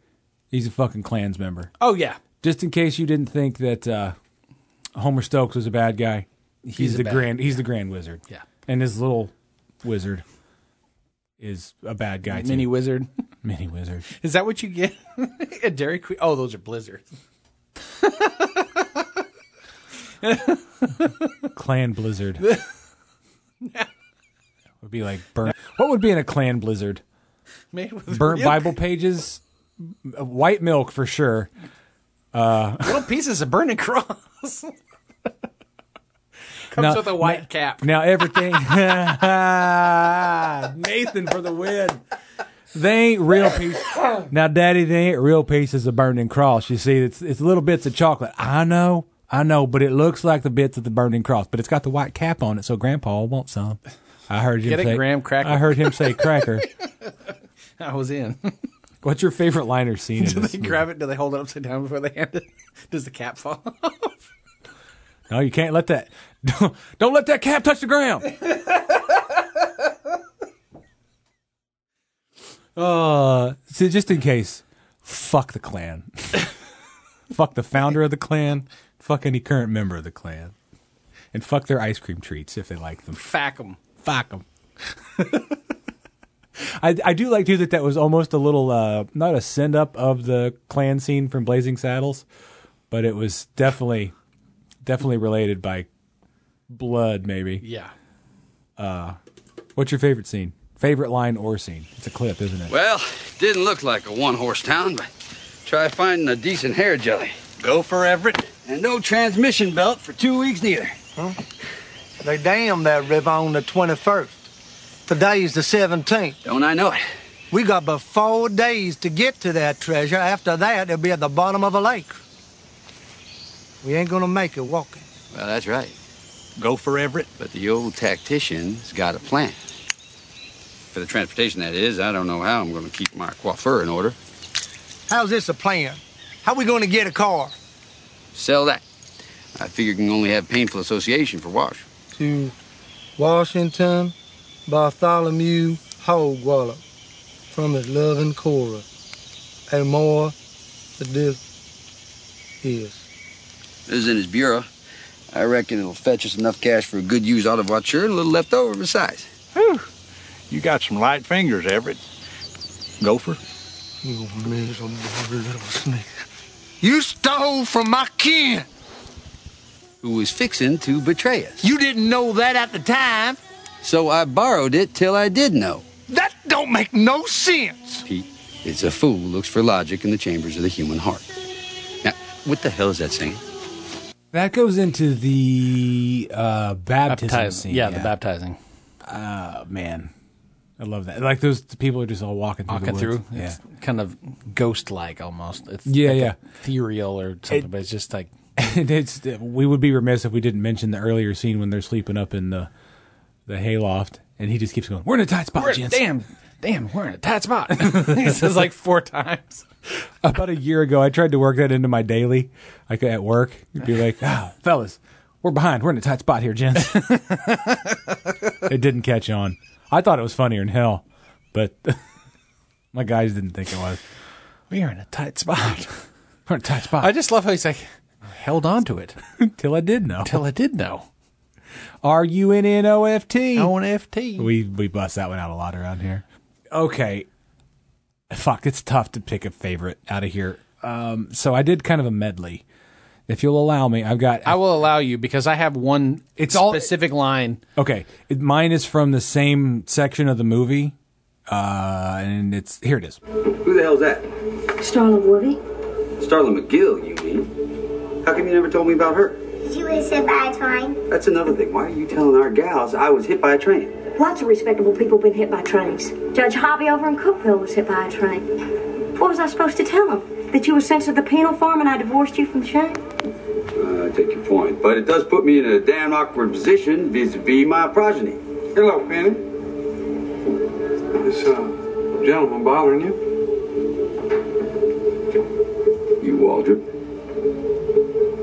Speaker 3: he's a fucking Klan's member.
Speaker 6: Oh yeah,
Speaker 3: just in case you didn't think that uh, Homer Stokes was a bad guy, he's,
Speaker 6: He's a
Speaker 3: the
Speaker 6: bad-
Speaker 3: grand he's the grand wizard.
Speaker 6: Yeah.
Speaker 3: and his little wizard is a bad guy. Too.
Speaker 6: Mini wizard.
Speaker 3: mini wizard.
Speaker 6: Is that what you get at Dairy Queen? Oh, those are blizzards.
Speaker 3: Clan blizzard would be like burnt. What would be in a clan blizzard?
Speaker 6: Made with
Speaker 3: Burnt
Speaker 6: real-
Speaker 3: Bible pages, uh, white milk for sure. Uh,
Speaker 6: little pieces of burning cross. Comes
Speaker 3: Now-
Speaker 6: with a white cap.
Speaker 3: Now everything. Nathan for the win. They ain't real pieces. Now, Daddy, they ain't real pieces of burning cross. You see, it's it's little bits of chocolate. I know, I know, but it looks like the bits of the burning cross. But it's got the white cap on it, so Grandpa will want some. I heard him
Speaker 6: Get a
Speaker 3: say
Speaker 6: graham cracker.
Speaker 3: I heard him say cracker.
Speaker 6: I was in.
Speaker 3: What's your favorite liner scene? In
Speaker 6: Do
Speaker 3: this
Speaker 6: they
Speaker 3: movie?
Speaker 6: grab it? Do they hold it upside down before they hand it? Does the cap fall?
Speaker 3: No, you can't let that. Don't, don't let that cap touch the ground. Uh, so just in case, fuck the clan. fuck the founder of the clan. Fuck any current member of the clan. And fuck their ice cream treats if they like them.
Speaker 6: Fack them.
Speaker 3: Fuck them. I, I do like too that that was almost a little uh, not a send up of the clan scene from Blazing Saddles, but it was definitely definitely related by blood maybe.
Speaker 6: Yeah.
Speaker 3: Uh, what's your favorite scene? Favorite line or scene? It's a clip, isn't it?
Speaker 19: Well, didn't look like a one horse town, but try finding a decent hair jelly. Go for Everett. And no transmission belt for two weeks neither.
Speaker 18: They dammed that river on the 21st. Today's the 17th.
Speaker 19: Don't I know it?
Speaker 18: We got but four days to get to that treasure. After that, it'll be at the bottom of a lake. We ain't gonna make it walking.
Speaker 19: Well, that's right. Go for Everett. But the old tactician's got a plan. For the transportation, that is. I don't know how I'm going to keep my coiffure in order.
Speaker 18: How's this a plan? How we gonna get a car?
Speaker 19: Sell that. I figure you can only have painful association for wash.
Speaker 18: To Washington, Bartholomew Hogwallop, from his loving Cora. And more to this is.
Speaker 19: This is in his bureau. I reckon it'll fetch us enough cash for a good used auto voiture and a little left over besides.
Speaker 16: You got some light fingers, Everett. Gopher?
Speaker 18: You miserable little snake. You stole from my kin.
Speaker 12: Who was fixing to betray us.
Speaker 18: You didn't know that at the time.
Speaker 12: So I borrowed it till I did know.
Speaker 18: That don't make no sense.
Speaker 12: Pete, it's a fool looks for logic in the chambers of the human heart. Now, what the hell is that saying?
Speaker 3: That goes into the uh, baptism
Speaker 6: Baptize-
Speaker 3: scene.
Speaker 6: yeah, the baptizing.
Speaker 3: Uh, man, I love that. Like those people are just all walking through. the
Speaker 6: Walking
Speaker 3: woods.
Speaker 6: through, it's kind of ghost-like almost. It's
Speaker 3: Yeah,
Speaker 6: like
Speaker 3: yeah.
Speaker 6: ethereal or something, but it's just like
Speaker 3: Yeah, and it's we would be remiss if we didn't mention the earlier scene when they're sleeping up in the the hayloft, and he just keeps going. We're in a tight spot,
Speaker 6: We're-
Speaker 3: gents.
Speaker 6: damn, damn, we're in a tight spot. he says like four times.
Speaker 3: About a year ago, I tried to work that into my daily, like at work. You'd be like, ah, fellas, we're behind. We're in a tight spot here, gents. it didn't catch on. I thought it was funnier than hell, but my guys didn't think it was.
Speaker 6: We are in a tight spot.
Speaker 3: We're in a tight spot.
Speaker 6: I just love how he's like held on to it
Speaker 3: till I did know.
Speaker 6: till I did know.
Speaker 3: R U N N O F T.
Speaker 6: ONFT.
Speaker 3: We we bust that one out a lot around here. Okay. Fuck, it's tough to pick a favorite out of here. Um, so I did kind of a medley. If you'll allow me, I've got
Speaker 6: I will allow you because I have one.
Speaker 3: It's all-
Speaker 6: specific line.
Speaker 3: Okay, it, mine is from the same section of the movie, uh, and it's here. It is.
Speaker 19: Who the hell's that?
Speaker 13: Starla Woody?
Speaker 19: Starla McGill, you mean? How come you never told me about her?
Speaker 13: You was hit by a train?
Speaker 19: That's another thing. Why are you telling our gals I was hit by a train?
Speaker 14: Lots of respectable people been hit by trains. Judge Hobby over in Cookville was hit by a train. What was I supposed to tell him? That you were sent to the penal farm and I divorced you from Shane?
Speaker 19: I take your point, but it does put me in a damn awkward position vis-a-vis my progeny. Hello, Penny. This uh, gentleman bothering you? You Waldrop?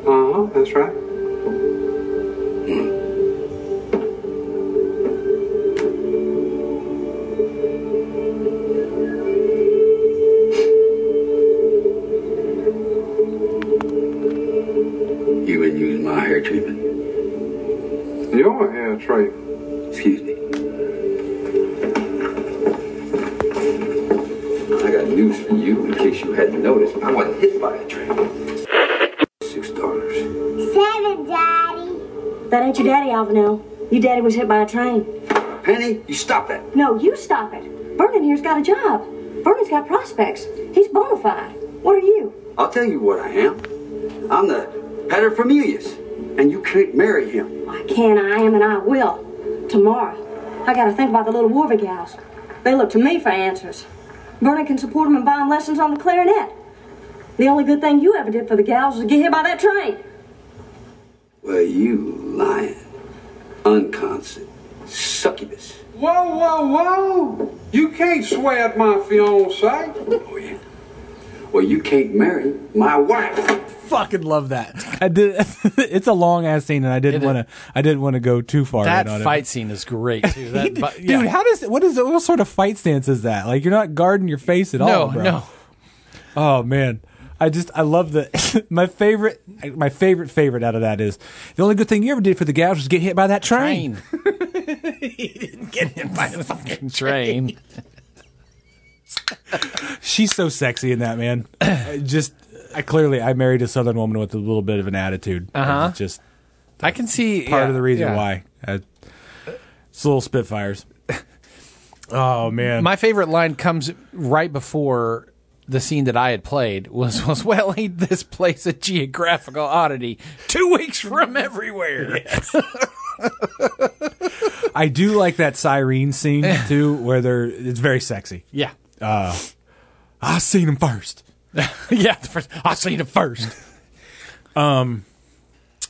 Speaker 19: Uh huh. That's right. You been using my hair treatment? Your hair treatment? Excuse me. I got news for you in case you hadn't noticed. I wasn't hit by a train. Six dollars.
Speaker 13: Seven, Daddy.
Speaker 14: That ain't your daddy, Alvinel. Your daddy was hit by a train.
Speaker 19: Penny, you stop that.
Speaker 14: No, you stop it. Vernon here's got a job. Vernon's got prospects. He's bona fide. What are you?
Speaker 19: I'll tell you what I am. I'm the paterfamilias, and you can't marry him.
Speaker 14: I can, I am, and I will. Tomorrow. I gotta think about the little Warby gals. They look to me for answers. Vernon can support 'em and buy 'em lessons on the clarinet. The only good thing you ever did for the gals was get hit by that train.
Speaker 19: Well, you lying, unconstant, succubus.
Speaker 21: Whoa, whoa, whoa! You can't swear at my fiance.
Speaker 19: Oh, Well, you can't marry my wife.
Speaker 3: Fucking love that. I did. it's a long ass scene, and I didn't
Speaker 6: It is.
Speaker 3: want to. I didn't want to go too far.
Speaker 6: That
Speaker 3: in on it.
Speaker 6: fight scene is great too. That,
Speaker 3: He did-
Speaker 6: but- yeah.
Speaker 3: dude, how does what is what sort of fight stance is that? Like you're not guarding your face at all.
Speaker 6: No,
Speaker 3: bro.
Speaker 6: no.
Speaker 3: Oh man, I just I love the my favorite my favorite favorite out of that is the only good thing you ever did for the gals was get hit by that train.
Speaker 6: train.
Speaker 3: She's so sexy in that man. I just I clearly I married a southern woman with a little bit of an attitude.
Speaker 6: Uh-huh.
Speaker 3: It's Just
Speaker 6: I can see
Speaker 3: part
Speaker 6: yeah,
Speaker 3: of the reason
Speaker 6: yeah.
Speaker 3: why. Uh, it's little Spitfires. Oh man,
Speaker 6: My favorite line comes right before the scene that I had played was was well ain't this place a geographical oddity two weeks from everywhere
Speaker 3: I do like that siren scene too, where they're it's very sexy.
Speaker 6: yeah
Speaker 3: Uh, I seen him first.
Speaker 6: yeah the first, I seen it first
Speaker 3: Um,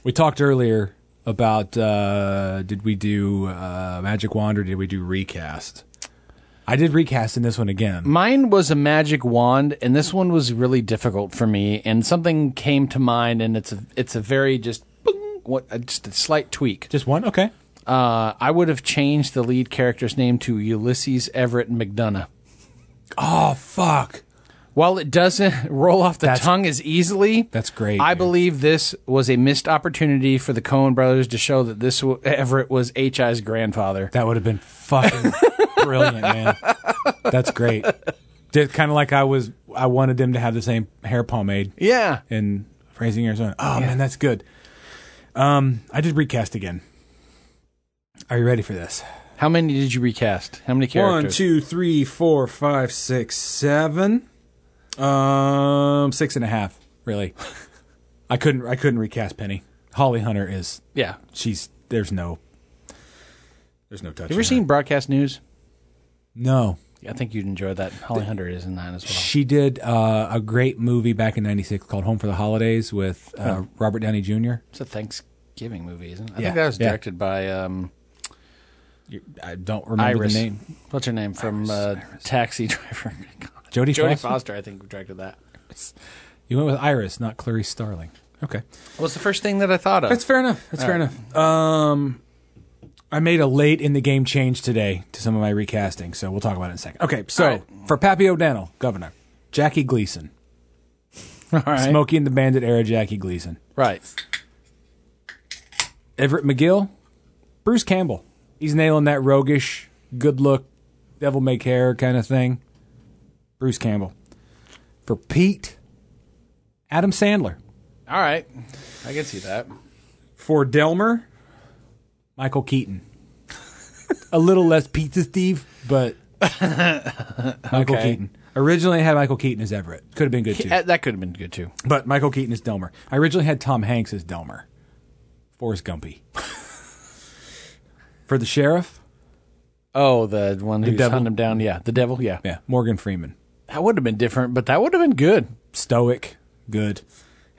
Speaker 3: we talked earlier about uh, did we do uh, Magic Wand or did we do recast? I did recast in this one again.
Speaker 6: Mine was a magic wand, and this one was really difficult for me. And something came to mind, and it's a it's a very just boing, what uh, just a slight tweak.
Speaker 3: Just one, okay.
Speaker 6: Uh, I would have changed the lead character's name to Ulysses Everett McDonough.
Speaker 3: Oh fuck!
Speaker 6: While it doesn't roll off the
Speaker 3: That's-
Speaker 6: tongue as easily,
Speaker 3: that's great.
Speaker 6: I believe this was a missed opportunity for the Cohen brothers to show that this w- Everett was HI's grandfather.
Speaker 3: That would have been fucking brilliant, man. That's great. Did kind of like I was. I wanted them to have the same hair pomade.
Speaker 6: Yeah.
Speaker 3: In Raising Arizona. Oh man, that's good. Um, I did recast again. Are you ready for this?
Speaker 6: How many did you recast? How many
Speaker 3: One,
Speaker 6: characters?
Speaker 3: two, three, four, five, six, seven. Um, six and a half. Really, I couldn't. I couldn't recast Penny. Holly Hunter is.
Speaker 6: Yeah.
Speaker 3: she's. There's no. There's no touch.
Speaker 6: Have you ever seen broadcast news?
Speaker 3: No.
Speaker 6: I think you'd enjoy that. Holly Hunter is in that as well.
Speaker 3: She did uh, a great movie back in '96 called Home for the Holidays with uh,
Speaker 6: Huh.
Speaker 3: Robert Downey Jr.
Speaker 6: It's a Thanksgiving movie, isn't it? I
Speaker 3: Yeah,
Speaker 6: think that was
Speaker 3: yeah.
Speaker 6: directed by. Um,
Speaker 3: I don't remember the
Speaker 6: Iris.
Speaker 3: name.
Speaker 6: What's her name from uh, Taxi Driver?
Speaker 3: Jodie
Speaker 6: Jodie
Speaker 3: Foster?
Speaker 6: Foster, I think, directed that.
Speaker 3: You went with Iris, not Clarice Starling. Okay,
Speaker 6: was the first thing that I thought of.
Speaker 3: that's fair enough. That's
Speaker 6: All
Speaker 3: fair
Speaker 6: right.
Speaker 3: enough. Um, I made a late in the game change today to some of my recasting, so we'll talk about it in a second. Okay, so for Pappy O'Donnell, Governor Jackie Gleason,
Speaker 6: All right.
Speaker 3: Smokey and the Bandit era Jackie Gleason,
Speaker 6: Right.
Speaker 3: Everett McGill, Bruce Campbell. He's nailing that roguish, good look, devil may care kind of thing. Bruce Campbell. For Pete, Adam Sandler.
Speaker 6: All right. I can see that.
Speaker 3: For Delmer, Michael Keaton. A little less Pizza Steve, but Michael
Speaker 6: Okay.
Speaker 3: Keaton. Originally, I had Michael Keaton as Everett. Could have been good too.
Speaker 6: Yeah, That could have been good too.
Speaker 3: But Michael Keaton is Delmer. I originally had Tom Hanks as Delmer. Forrest Gumpy. For the sheriff,
Speaker 6: Oh, the one
Speaker 3: The
Speaker 6: who's
Speaker 3: devil.
Speaker 6: hunting him down. Yeah, the devil. Yeah.
Speaker 3: yeah, Morgan Freeman.
Speaker 6: That would have been different, but that would have been good.
Speaker 3: Stoic, good.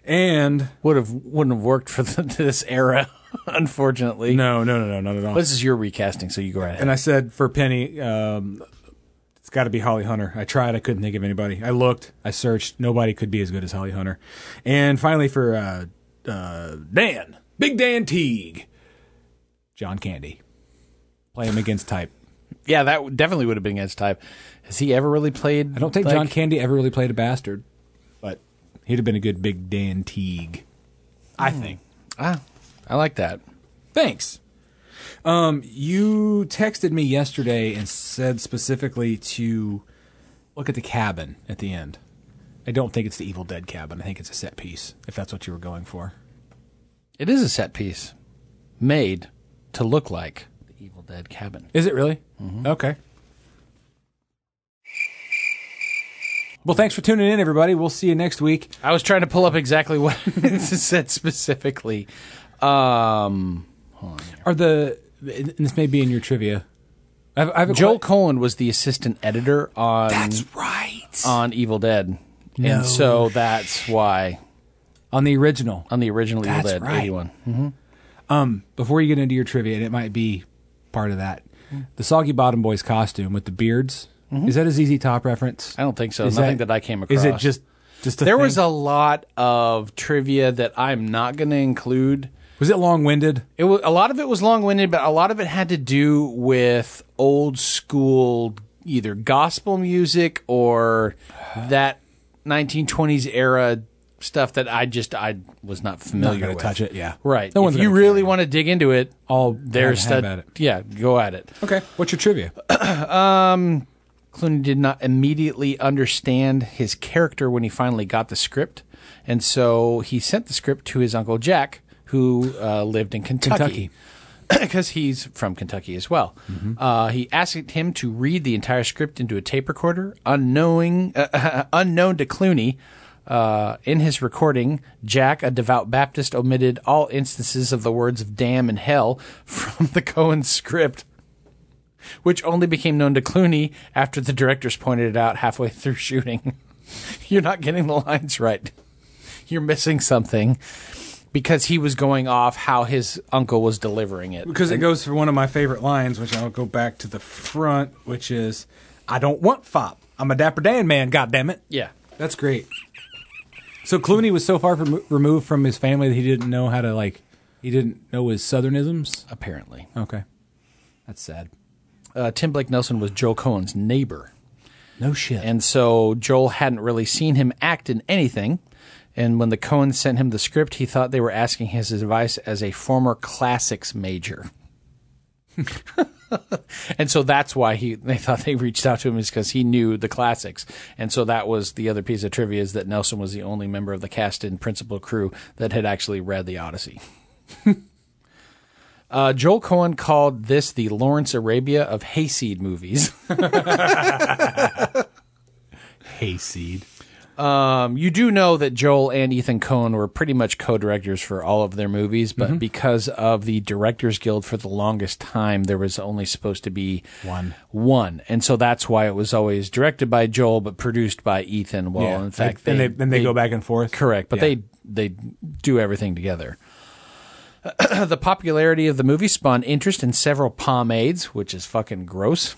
Speaker 3: And
Speaker 6: Would have wouldn't have worked for the, this era, unfortunately.
Speaker 3: no, no, no, no, not at all.
Speaker 6: This is your recasting, so you go right ahead.
Speaker 3: and I said for Penny, um, it's got to be Holly Hunter. I tried, I couldn't think of anybody. I looked, I searched, nobody could be as good as Holly Hunter. And finally for uh, uh, Dan, Big Dan Teague, John Candy, play him against type.
Speaker 6: yeah, that would- definitely would have been against type. Has he ever really played?
Speaker 3: I don't think
Speaker 6: like-
Speaker 3: John Candy ever really played a bastard, but he'd have been a good Big Dan Teague, I think.
Speaker 6: Ah, I like that.
Speaker 3: Thanks. Um, you texted me yesterday and said specifically to look at the cabin at the end. I don't think it's the Evil Dead cabin. I think it's a set piece, if that's what you were going for.
Speaker 6: It is a set piece made to look like the Evil Dead cabin.
Speaker 3: Is it really? Okay. Well, thanks for tuning in, everybody. We'll see you next week.
Speaker 6: I was trying to pull up exactly what it said specifically. Um, hold on here.
Speaker 3: Are the and this may be in your trivia? I have, I have a
Speaker 6: Joel
Speaker 3: que-
Speaker 6: Cohen was the assistant editor on
Speaker 3: That's right.
Speaker 6: on Evil Dead,
Speaker 3: No
Speaker 6: and so that's why
Speaker 3: on the original.
Speaker 6: on the original Evil
Speaker 3: That's
Speaker 6: Dead
Speaker 3: right.
Speaker 6: eighty one.
Speaker 3: Um, before you get into your trivia, and it might be part of that, the Soggy Bottom Boys costume with the beards. Is that a ZZ Top reference?
Speaker 6: Mm-hmm. I don't think so. Nothing that I came
Speaker 3: Is it
Speaker 6: across.
Speaker 3: just just a
Speaker 6: There
Speaker 3: thing?
Speaker 6: was a lot of trivia that I'm not going to include.
Speaker 3: was it long winded?
Speaker 6: It was, a lot of it was long winded, but a lot of it had to do with old school either gospel music or that 1920s era stuff that I just I was not
Speaker 3: Not
Speaker 6: familiar
Speaker 3: gonna
Speaker 6: with.
Speaker 3: touch it. Yeah,
Speaker 6: Right.
Speaker 3: No
Speaker 6: if
Speaker 3: one's
Speaker 6: you
Speaker 3: gonna
Speaker 6: really want to dig into it,
Speaker 3: all
Speaker 6: there's
Speaker 3: have at
Speaker 6: that.
Speaker 3: it.
Speaker 6: Yeah, go at it.
Speaker 3: Okay, what's your trivia?
Speaker 6: Clooney did not immediately understand his character when he finally got the script, and so he sent the script to his uncle Jack, who uh, lived in Kentucky.
Speaker 3: Kentucky.
Speaker 6: Because he's from Kentucky as well, uh, he asked him to read the entire script into a tape recorder, unknowing, unknown to Clooney. Uh, in his recording, Jack, a devout Baptist, omitted all instances of the words of damn and hell from the Cohen script which only became known to Clooney after the directors pointed it out halfway through shooting. You're not getting the lines right. You're missing something because he was going off how his uncle was delivering it.
Speaker 3: Because it goes for one of my favorite lines, which I'll go back to the front, which is, "I don't want fop. I'm a Dapper Dan man. God damn it."
Speaker 6: Yeah.
Speaker 3: That's great. So Clooney was so far from, removed from his family that he didn't know how to like. He didn't know his southernisms.
Speaker 6: Apparently.
Speaker 3: Okay, that's sad.
Speaker 6: Uh, Tim Blake Nelson was Joe Cohen's neighbor.
Speaker 3: No shit.
Speaker 6: And so Joel hadn't really seen him act in anything. And when the Cohen sent him the script, he thought they were asking his advice as a former classics major. and so that's why he they thought they reached out to him is because he knew the classics. And so that was the other piece of trivia is that Nelson was the only member of the cast and principal crew that had actually read the Odyssey. Uh, Joel Cohen called this the Lawrence Arabia of hayseed movies.
Speaker 3: hayseed.
Speaker 6: Um, you do know that Joel and Ethan Cohen were pretty much co-directors for all of their movies, but
Speaker 3: Mhm.
Speaker 6: because of the Directors Guild for the longest time, there was only supposed to be
Speaker 3: One.
Speaker 6: one, and so that's why it was always directed by Joel but produced by Ethan. Well,
Speaker 3: Yeah.
Speaker 6: in fact,
Speaker 3: And they- and they go back and forth.
Speaker 6: Correct, but
Speaker 3: Yeah.
Speaker 6: they they do everything together. the popularity of the movie spawned interest in several pomades, which is fucking gross.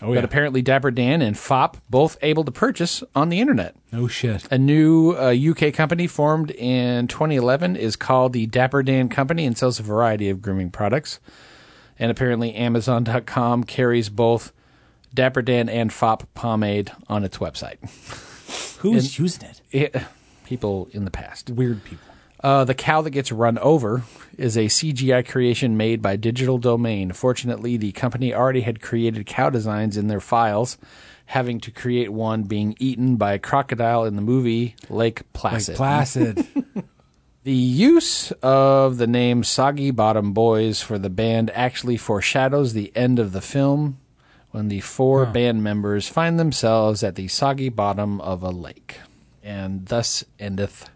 Speaker 3: Oh, yeah.
Speaker 6: But apparently, Dapper Dan and Fop both able to purchase on the internet.
Speaker 3: No shit.
Speaker 6: A new uh, UK company formed in 2011 is called the Dapper Dan Company and sells a variety of grooming products. And apparently, Amazon.com carries both Dapper Dan and Fop pomade on its website.
Speaker 3: Who's
Speaker 6: And-
Speaker 3: using it?
Speaker 6: it, people in the past.
Speaker 3: Weird people.
Speaker 6: Uh, the cow that gets run over is a CGI creation made by Digital Domain. Fortunately, the company already had created cow designs in their files, having to create one being eaten by a crocodile in the movie Lake Placid.
Speaker 3: Like Placid.
Speaker 6: The use of the name Soggy Bottom Boys for the band actually foreshadows the end of the film when the four
Speaker 3: Huh.
Speaker 6: band members find themselves at the soggy bottom of a lake. And thus endeth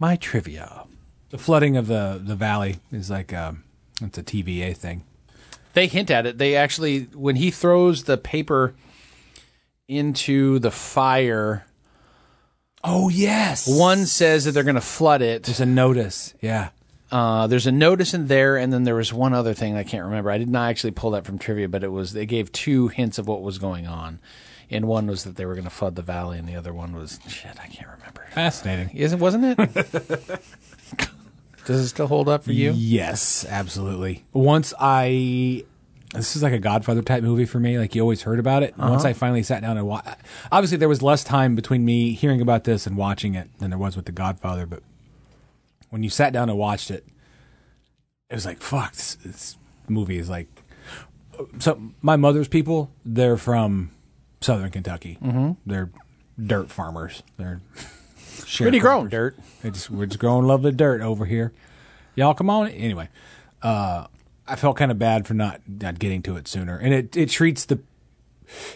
Speaker 6: my trivia.
Speaker 3: the flooding of the, the valley is like um, it's a TVA thing.
Speaker 6: They hint at it. They actually, when he throws the paper into the fire,
Speaker 3: Oh yes.
Speaker 6: one says that they're going to flood it. There's
Speaker 3: a notice. Yeah.
Speaker 6: Uh, there's a notice in there, and then there was one other thing I can't remember. I did not actually pull that from trivia, but it was they gave two hints of what was going on, and one was that they were going to flood the valley, and the other one was shit. I can't remember.
Speaker 3: Fascinating.
Speaker 6: Isn't wasn't it? Does it still hold up for you?
Speaker 3: Yes, absolutely. Once I this is like a Godfather type movie for me. Like you always heard about it.
Speaker 6: Uh-huh.
Speaker 3: Once I finally sat down and watched, obviously there was less time between me hearing about this and watching it than there was with the Godfather. But when you sat down and watched it, it was like fuck. This, this movie is like. So my mother's people, they're from Southern Kentucky.
Speaker 6: Mhm.
Speaker 3: They're dirt farmers. They're
Speaker 6: Pretty grown
Speaker 3: sharecroppers.
Speaker 6: dirt.
Speaker 3: They just, we're just growing lovely dirt over here. Y'all come on. Anyway, uh, I felt kind of bad for not, not getting to it sooner. And it, it treats the.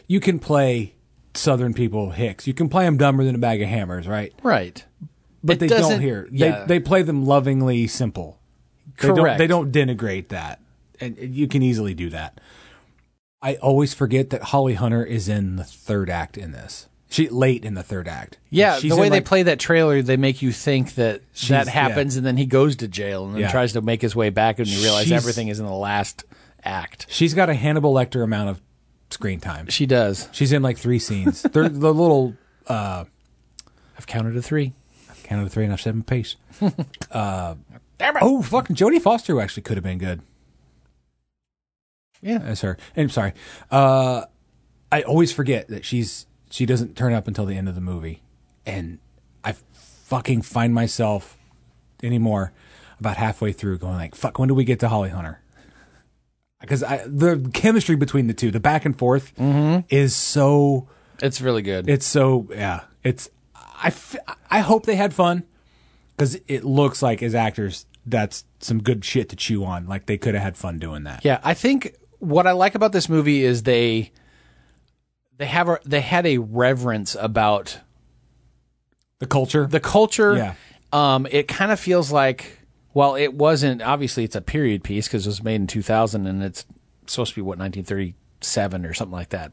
Speaker 3: You can play Southern people hicks. You can play them dumber than a bag of hammers, right?
Speaker 6: Right.
Speaker 3: But
Speaker 6: It
Speaker 3: they don't
Speaker 6: doesn't-
Speaker 3: hear.
Speaker 6: yeah.
Speaker 3: They, they play them lovingly simple.
Speaker 6: Correct.
Speaker 3: They don't, they don't denigrate that. And and you can easily do that. I always forget that Holly Hunter is in the third act in this. She late in the third act.
Speaker 6: Yeah,
Speaker 3: She's
Speaker 6: the way
Speaker 3: in,
Speaker 6: they
Speaker 3: like,
Speaker 6: play that trailer, they make you think that
Speaker 3: She's-
Speaker 6: that
Speaker 3: yeah.
Speaker 6: happens, and then he goes to jail and then
Speaker 3: Yeah.
Speaker 6: tries to make his way back, and you realize
Speaker 3: She's-
Speaker 6: everything is in the last act.
Speaker 3: She's got a Hannibal Lecter amount of screen time.
Speaker 6: She does.
Speaker 3: She's in like three scenes. They're the little. Uh,
Speaker 6: I've counted to three.
Speaker 3: I've counted to three and I've seven pace. uh, Oh, fucking Jodie Foster actually could have been good.
Speaker 6: Yeah,
Speaker 3: that's her. And I'm sorry. Uh, I always forget that she's she doesn't turn up until the end of the movie, and I fucking find myself anymore about halfway through going like, "Fuck, when do we get to Holly Hunter?" Because the chemistry between the two, the back and forth, is so.
Speaker 6: It's really good.
Speaker 3: It's so yeah. It's I f- I hope they had fun because it looks like as actors that's some good shit to chew on. Like they could have had fun doing that.
Speaker 6: Yeah, I think what I like about this movie is they they have a, they had a reverence about
Speaker 3: the culture.
Speaker 6: The culture.
Speaker 3: Yeah.
Speaker 6: Um, it kind of feels like well, it wasn't obviously it's a period piece because it was made in 2000 and it's supposed to be what 1937 or something like that.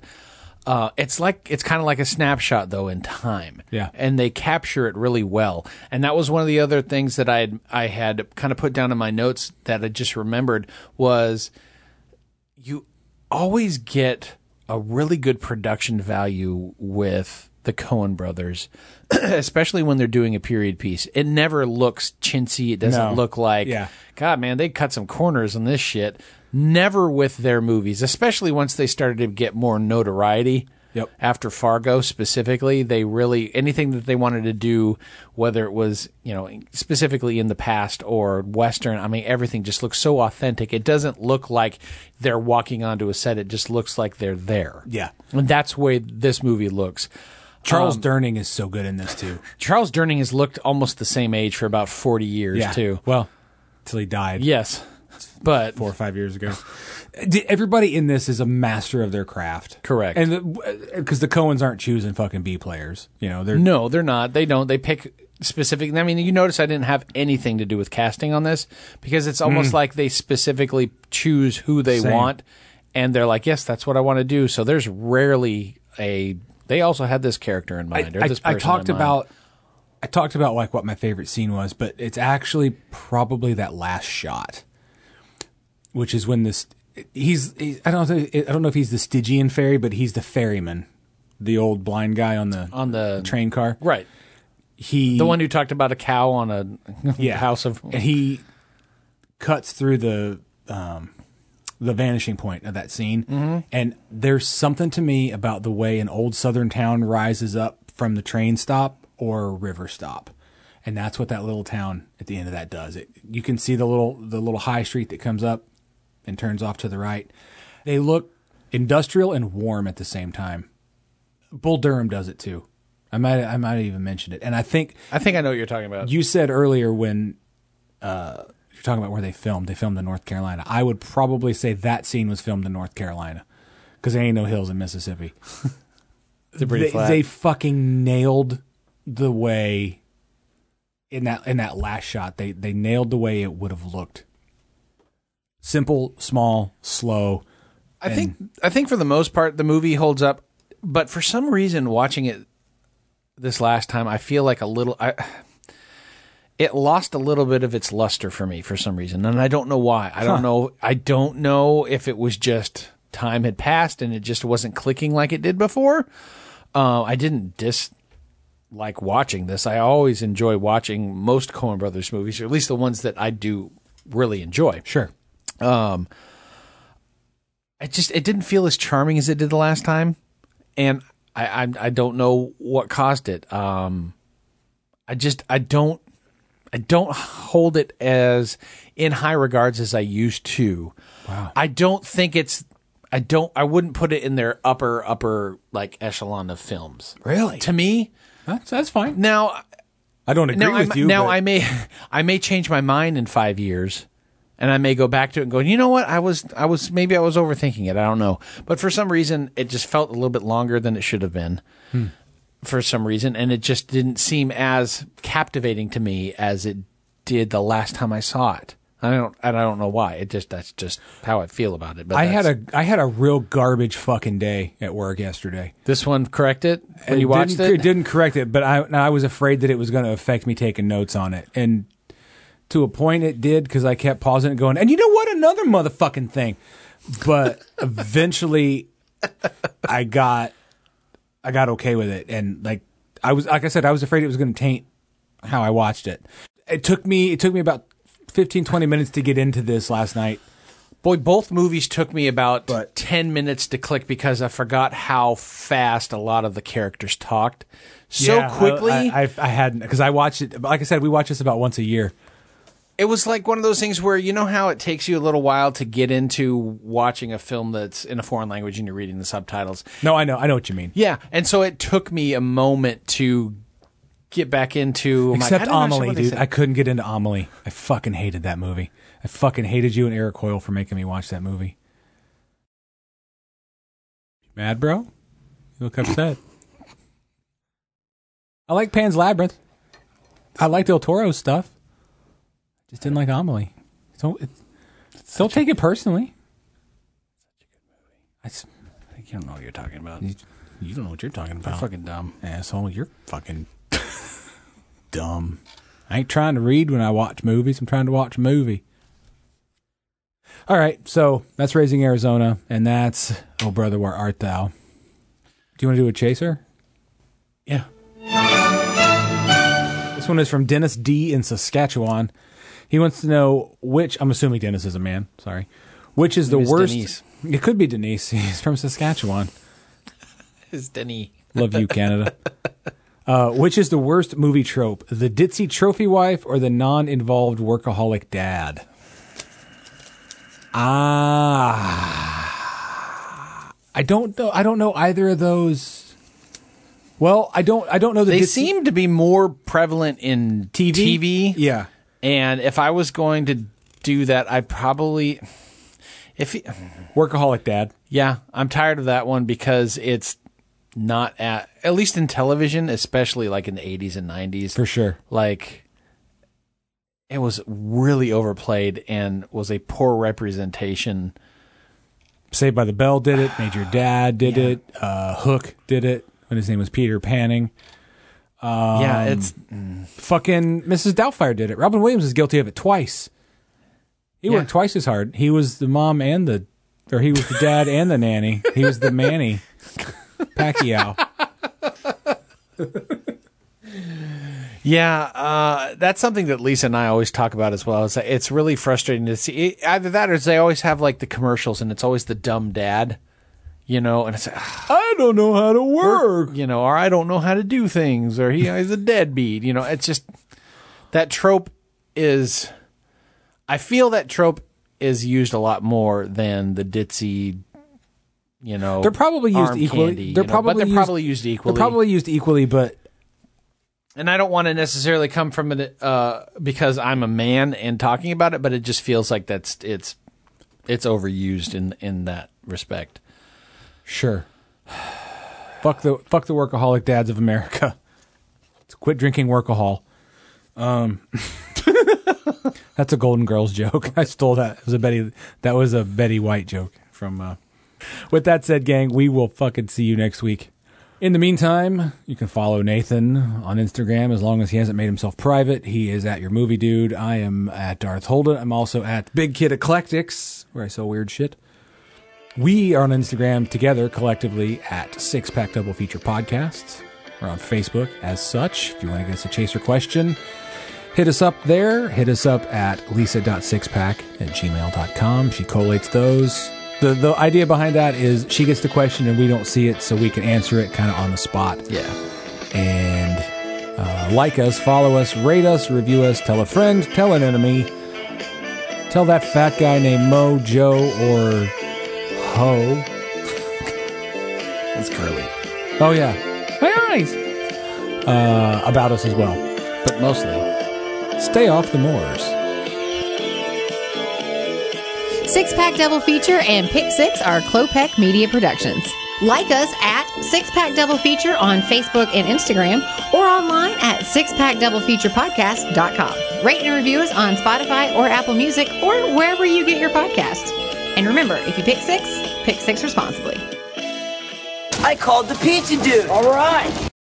Speaker 6: Uh, it's like it's kind of like a snapshot though in time.
Speaker 3: Yeah.
Speaker 6: and they capture it really well. And that was one of the other things that I had, I had kind of put down in my notes that I just remembered was you always get a really good production value with the Cohen brothers, especially when they're doing a period piece. It never looks chintzy. It doesn't
Speaker 3: No.
Speaker 6: look like,
Speaker 3: Yeah.
Speaker 6: God, man, they cut some corners on this shit. Never with their movies, especially once they started to get more notoriety.
Speaker 3: Yep.
Speaker 6: After Fargo specifically, they really anything that they wanted to do, whether it was you know specifically in the past or Western. I mean, everything just looks so authentic. It doesn't look like they're walking onto a set. It just looks like they're there.
Speaker 3: Yeah.
Speaker 6: and that's the way this movie looks.
Speaker 3: Charles
Speaker 6: Um,
Speaker 3: Durning is so good in this too.
Speaker 6: Charles Durning has looked almost the same age for about forty years
Speaker 3: Yeah.
Speaker 6: too.
Speaker 3: Well, till he died.
Speaker 6: Yes, but
Speaker 3: four or five years ago. D- Everybody in this is a master of their craft.
Speaker 6: Correct.
Speaker 3: And because the, Cohens aren't choosing fucking B players, you know, they're
Speaker 6: no, they're not. They don't. They pick specific. I mean, you notice I didn't have anything to do with casting on this because it's almost
Speaker 3: Mm.
Speaker 6: like they specifically choose who they
Speaker 3: Same.
Speaker 6: want, and they're like, "Yes, that's what I want to do." So there's rarely a. They also had this character in mind. or
Speaker 3: I,
Speaker 6: this
Speaker 3: I
Speaker 6: person
Speaker 3: talked
Speaker 6: in mind.
Speaker 3: about I talked about like what my favorite scene was, but it's actually probably that last shot, which is when this he's, he's I don't know, I don't know if he's the Stygian fairy, but he's the ferryman, the old blind guy on the
Speaker 6: on the
Speaker 3: train car,
Speaker 6: right?
Speaker 3: He
Speaker 6: the one who talked about a cow on a house of
Speaker 3: and he cuts through the um, the vanishing point of that scene.
Speaker 6: Mhm.
Speaker 3: And there's something to me about the way an old southern town rises up from the train stop or river stop. And that's what that little town at the end of that does. It you can see the little the little high street that comes up and turns off to the right. They look industrial and warm at the same time. Bull Durham does it too. I might I might have even mentioned it. And I think
Speaker 6: I think I know what you're talking about.
Speaker 3: you said earlier when uh, you're talking about where they filmed, they filmed in North Carolina. I would probably say that scene was filmed in North Carolina because there ain't no hills in Mississippi.
Speaker 6: They're pretty
Speaker 3: they,
Speaker 6: flat.
Speaker 3: they fucking nailed the way in that in that last shot. They they nailed the way it would have looked. Simple, small, slow.
Speaker 6: I
Speaker 3: and-
Speaker 6: think I think for the most part the movie holds up, but for some reason watching it this last time I feel like a little I it lost a little bit of its luster for me for some reason and I don't know why. I
Speaker 3: Huh.
Speaker 6: don't know I don't know if it was just time had passed and it just wasn't clicking like it did before. Uh, I didn't dis like watching this. I always enjoy watching most Coen Brothers movies, or at least the ones that I do really enjoy.
Speaker 3: Sure.
Speaker 6: Um, it just it didn't feel as charming as it did the last time, and I I, I don't know what caused it. Um, I just I don't I don't hold it as in high regards as I used to. Wow. I don't think it's I don't I wouldn't put it in their upper upper like echelon of films.
Speaker 3: Really?
Speaker 6: To me,
Speaker 3: that's that's fine.
Speaker 6: Now
Speaker 3: I don't agree
Speaker 6: now
Speaker 3: with
Speaker 6: I,
Speaker 3: you.
Speaker 6: Now
Speaker 3: but-
Speaker 6: I may I may change my mind in five years, and I may go back to it and go, you know what? I was I was maybe I was overthinking it. I don't know, but for some reason it just felt a little bit longer than it should have been.
Speaker 3: Hmm.
Speaker 6: For some reason, and it just didn't seem as captivating to me as it did the last time I saw it. I don't and I don't know why. It just that's just how I feel about it. But
Speaker 3: I had
Speaker 6: that's-
Speaker 3: a I had a real garbage fucking day at work yesterday.
Speaker 6: this one correct it when you watched
Speaker 3: didn't,
Speaker 6: it.
Speaker 3: didn't correct it, but I I was afraid that it was going to affect me taking notes on it, and to a point it did because I kept pausing it, going, and you know what, another motherfucking thing. But eventually, I got I got okay with it, and like I was like I said, I was afraid it was going to taint how I watched it. It took me it took me about 15, 20 minutes to get into this last night.
Speaker 6: Boy, both movies took me about 10 minutes to click because I forgot how fast a lot of the characters talked. So
Speaker 3: Yeah, I-
Speaker 6: quickly,
Speaker 3: I, I, I hadn't because I watched it. Like I said, we watch this about once a year.
Speaker 6: it was like one of those things where you know how it takes you a little while to get into watching a film that's in a foreign language and you're reading the subtitles.
Speaker 3: No, I know, I know what you mean.
Speaker 6: Yeah, and so it took me a moment to get back into. I'm like,
Speaker 3: Except
Speaker 6: I don't understand
Speaker 3: Amelie,
Speaker 6: what they
Speaker 3: dude.
Speaker 6: said.
Speaker 3: I couldn't get into Amelie. I fucking hated that movie. I fucking hated you and Eric Hoyle for making me watch that movie. You mad, bro? You look upset. I like Pan's Labyrinth. I like Del Toro's stuff. Just didn't like Amelie. So it, don't take it personally. Such a good movie.
Speaker 6: I don't know what you're talking about.
Speaker 3: You, you don't know what you're talking about.
Speaker 6: fucking dumb.
Speaker 3: Asshole, you're fucking dumb. I ain't trying to read when I watch movies. I'm trying to watch a movie. All right, so that's Raising Arizona, and that's Oh Brother, Where Art Thou? Do you want to do a chaser?
Speaker 6: Yeah.
Speaker 3: This one is from Dennis D in Saskatchewan. He wants to know which I'm assuming Dennis is a man. Sorry, which is
Speaker 6: Maybe
Speaker 3: the
Speaker 6: it's
Speaker 3: worst?
Speaker 6: Denise.
Speaker 3: It could be Denise. He's from Saskatchewan.
Speaker 6: is Denny.
Speaker 3: Love you, Canada. Uh, which is the worst movie trope? The ditzy trophy wife or the non involved workaholic dad? Ah. I don't know. I don't know either of those. Well, I don't. I don't know. The
Speaker 6: They
Speaker 3: ditzy-
Speaker 6: seem to be more prevalent in TV. TV.
Speaker 3: Yeah.
Speaker 6: And if I was going to do that, I probably if
Speaker 3: workaholic dad.
Speaker 6: Yeah, I'm tired of that one because it's not at at least in television, especially like in the 80s and 90s.
Speaker 3: For sure.
Speaker 6: Like it was really overplayed and was a poor representation.
Speaker 3: Saved by the Bell did it. Major Dad did it. Uh, Hook did it when his name was Peter Panning. Um,
Speaker 6: Yeah, it's-
Speaker 3: fucking Mrs. Doubtfire did it. Robin Williams is guilty of it twice. He worked twice as hard. He was the mom and the, or he was the dad and the nanny. He was the manny, Pacquiao.
Speaker 6: Yeah, uh, that's something that Lisa and I always talk about as well. It's, it's really frustrating to see either that or they always have like the commercials and it's always the dumb dad, you know, and it's like,
Speaker 3: I don't know how to work,
Speaker 6: you know, or I don't know how to do things, or he is a deadbeat, you know. It's just that trope is. I feel that trope is used a lot more than the ditzy, you know.
Speaker 3: They're probably used
Speaker 6: arm
Speaker 3: equally.
Speaker 6: candy,
Speaker 3: they're
Speaker 6: you know,
Speaker 3: probably
Speaker 6: but they're
Speaker 3: used,
Speaker 6: probably used equally.
Speaker 3: They're probably used equally, but
Speaker 6: and I don't want to necessarily come from it uh, because I'm a man and talking about it, but it just feels like that's it's it's overused in in that respect.
Speaker 3: Sure. fuck the fuck the workaholic dads of America. Let's quit drinking workahol. Um, that's a Golden Girls joke. I stole that. It was a Betty. That was a Betty White joke from. Uh, with that said, gang, we will fucking see you next week. In the meantime, you can follow Nathan on Instagram as long as he hasn't made himself private. He is at your movie dude. I am at Darth Holden. I'm also at Big Kid Eclectics, where I sell weird shit. We are on Instagram together collectively at Six Pack Double Feature Podcasts. We're on Facebook as such. If you want to get us a chaser question, hit us up there. Hit us up at lisa.sixpack at gmail.com. She collates those. The, the idea behind that is she gets the question and we don't see it, so we can answer it kind of on the spot.
Speaker 6: Yeah.
Speaker 3: And uh, like us, follow us, rate us, review us, tell a friend, tell an enemy, tell that fat guy named Mo, Joe, or Ho.
Speaker 6: It's curly.
Speaker 3: Oh, yeah.
Speaker 6: My eyes.
Speaker 3: Uh, about us as well.
Speaker 6: But mostly.
Speaker 3: Stay off the moors.
Speaker 1: Six Pack Double Feature and Pick Six are Clopec Media Productions. Like us at Six Pack Double Feature on Facebook and Instagram or online at sixpackdoublefeaturepodcast.com. Rate and review us on Spotify or Apple Music or wherever you get your podcast. And remember, if you pick six, pick six responsibly.
Speaker 8: I called the pizza dude. All right.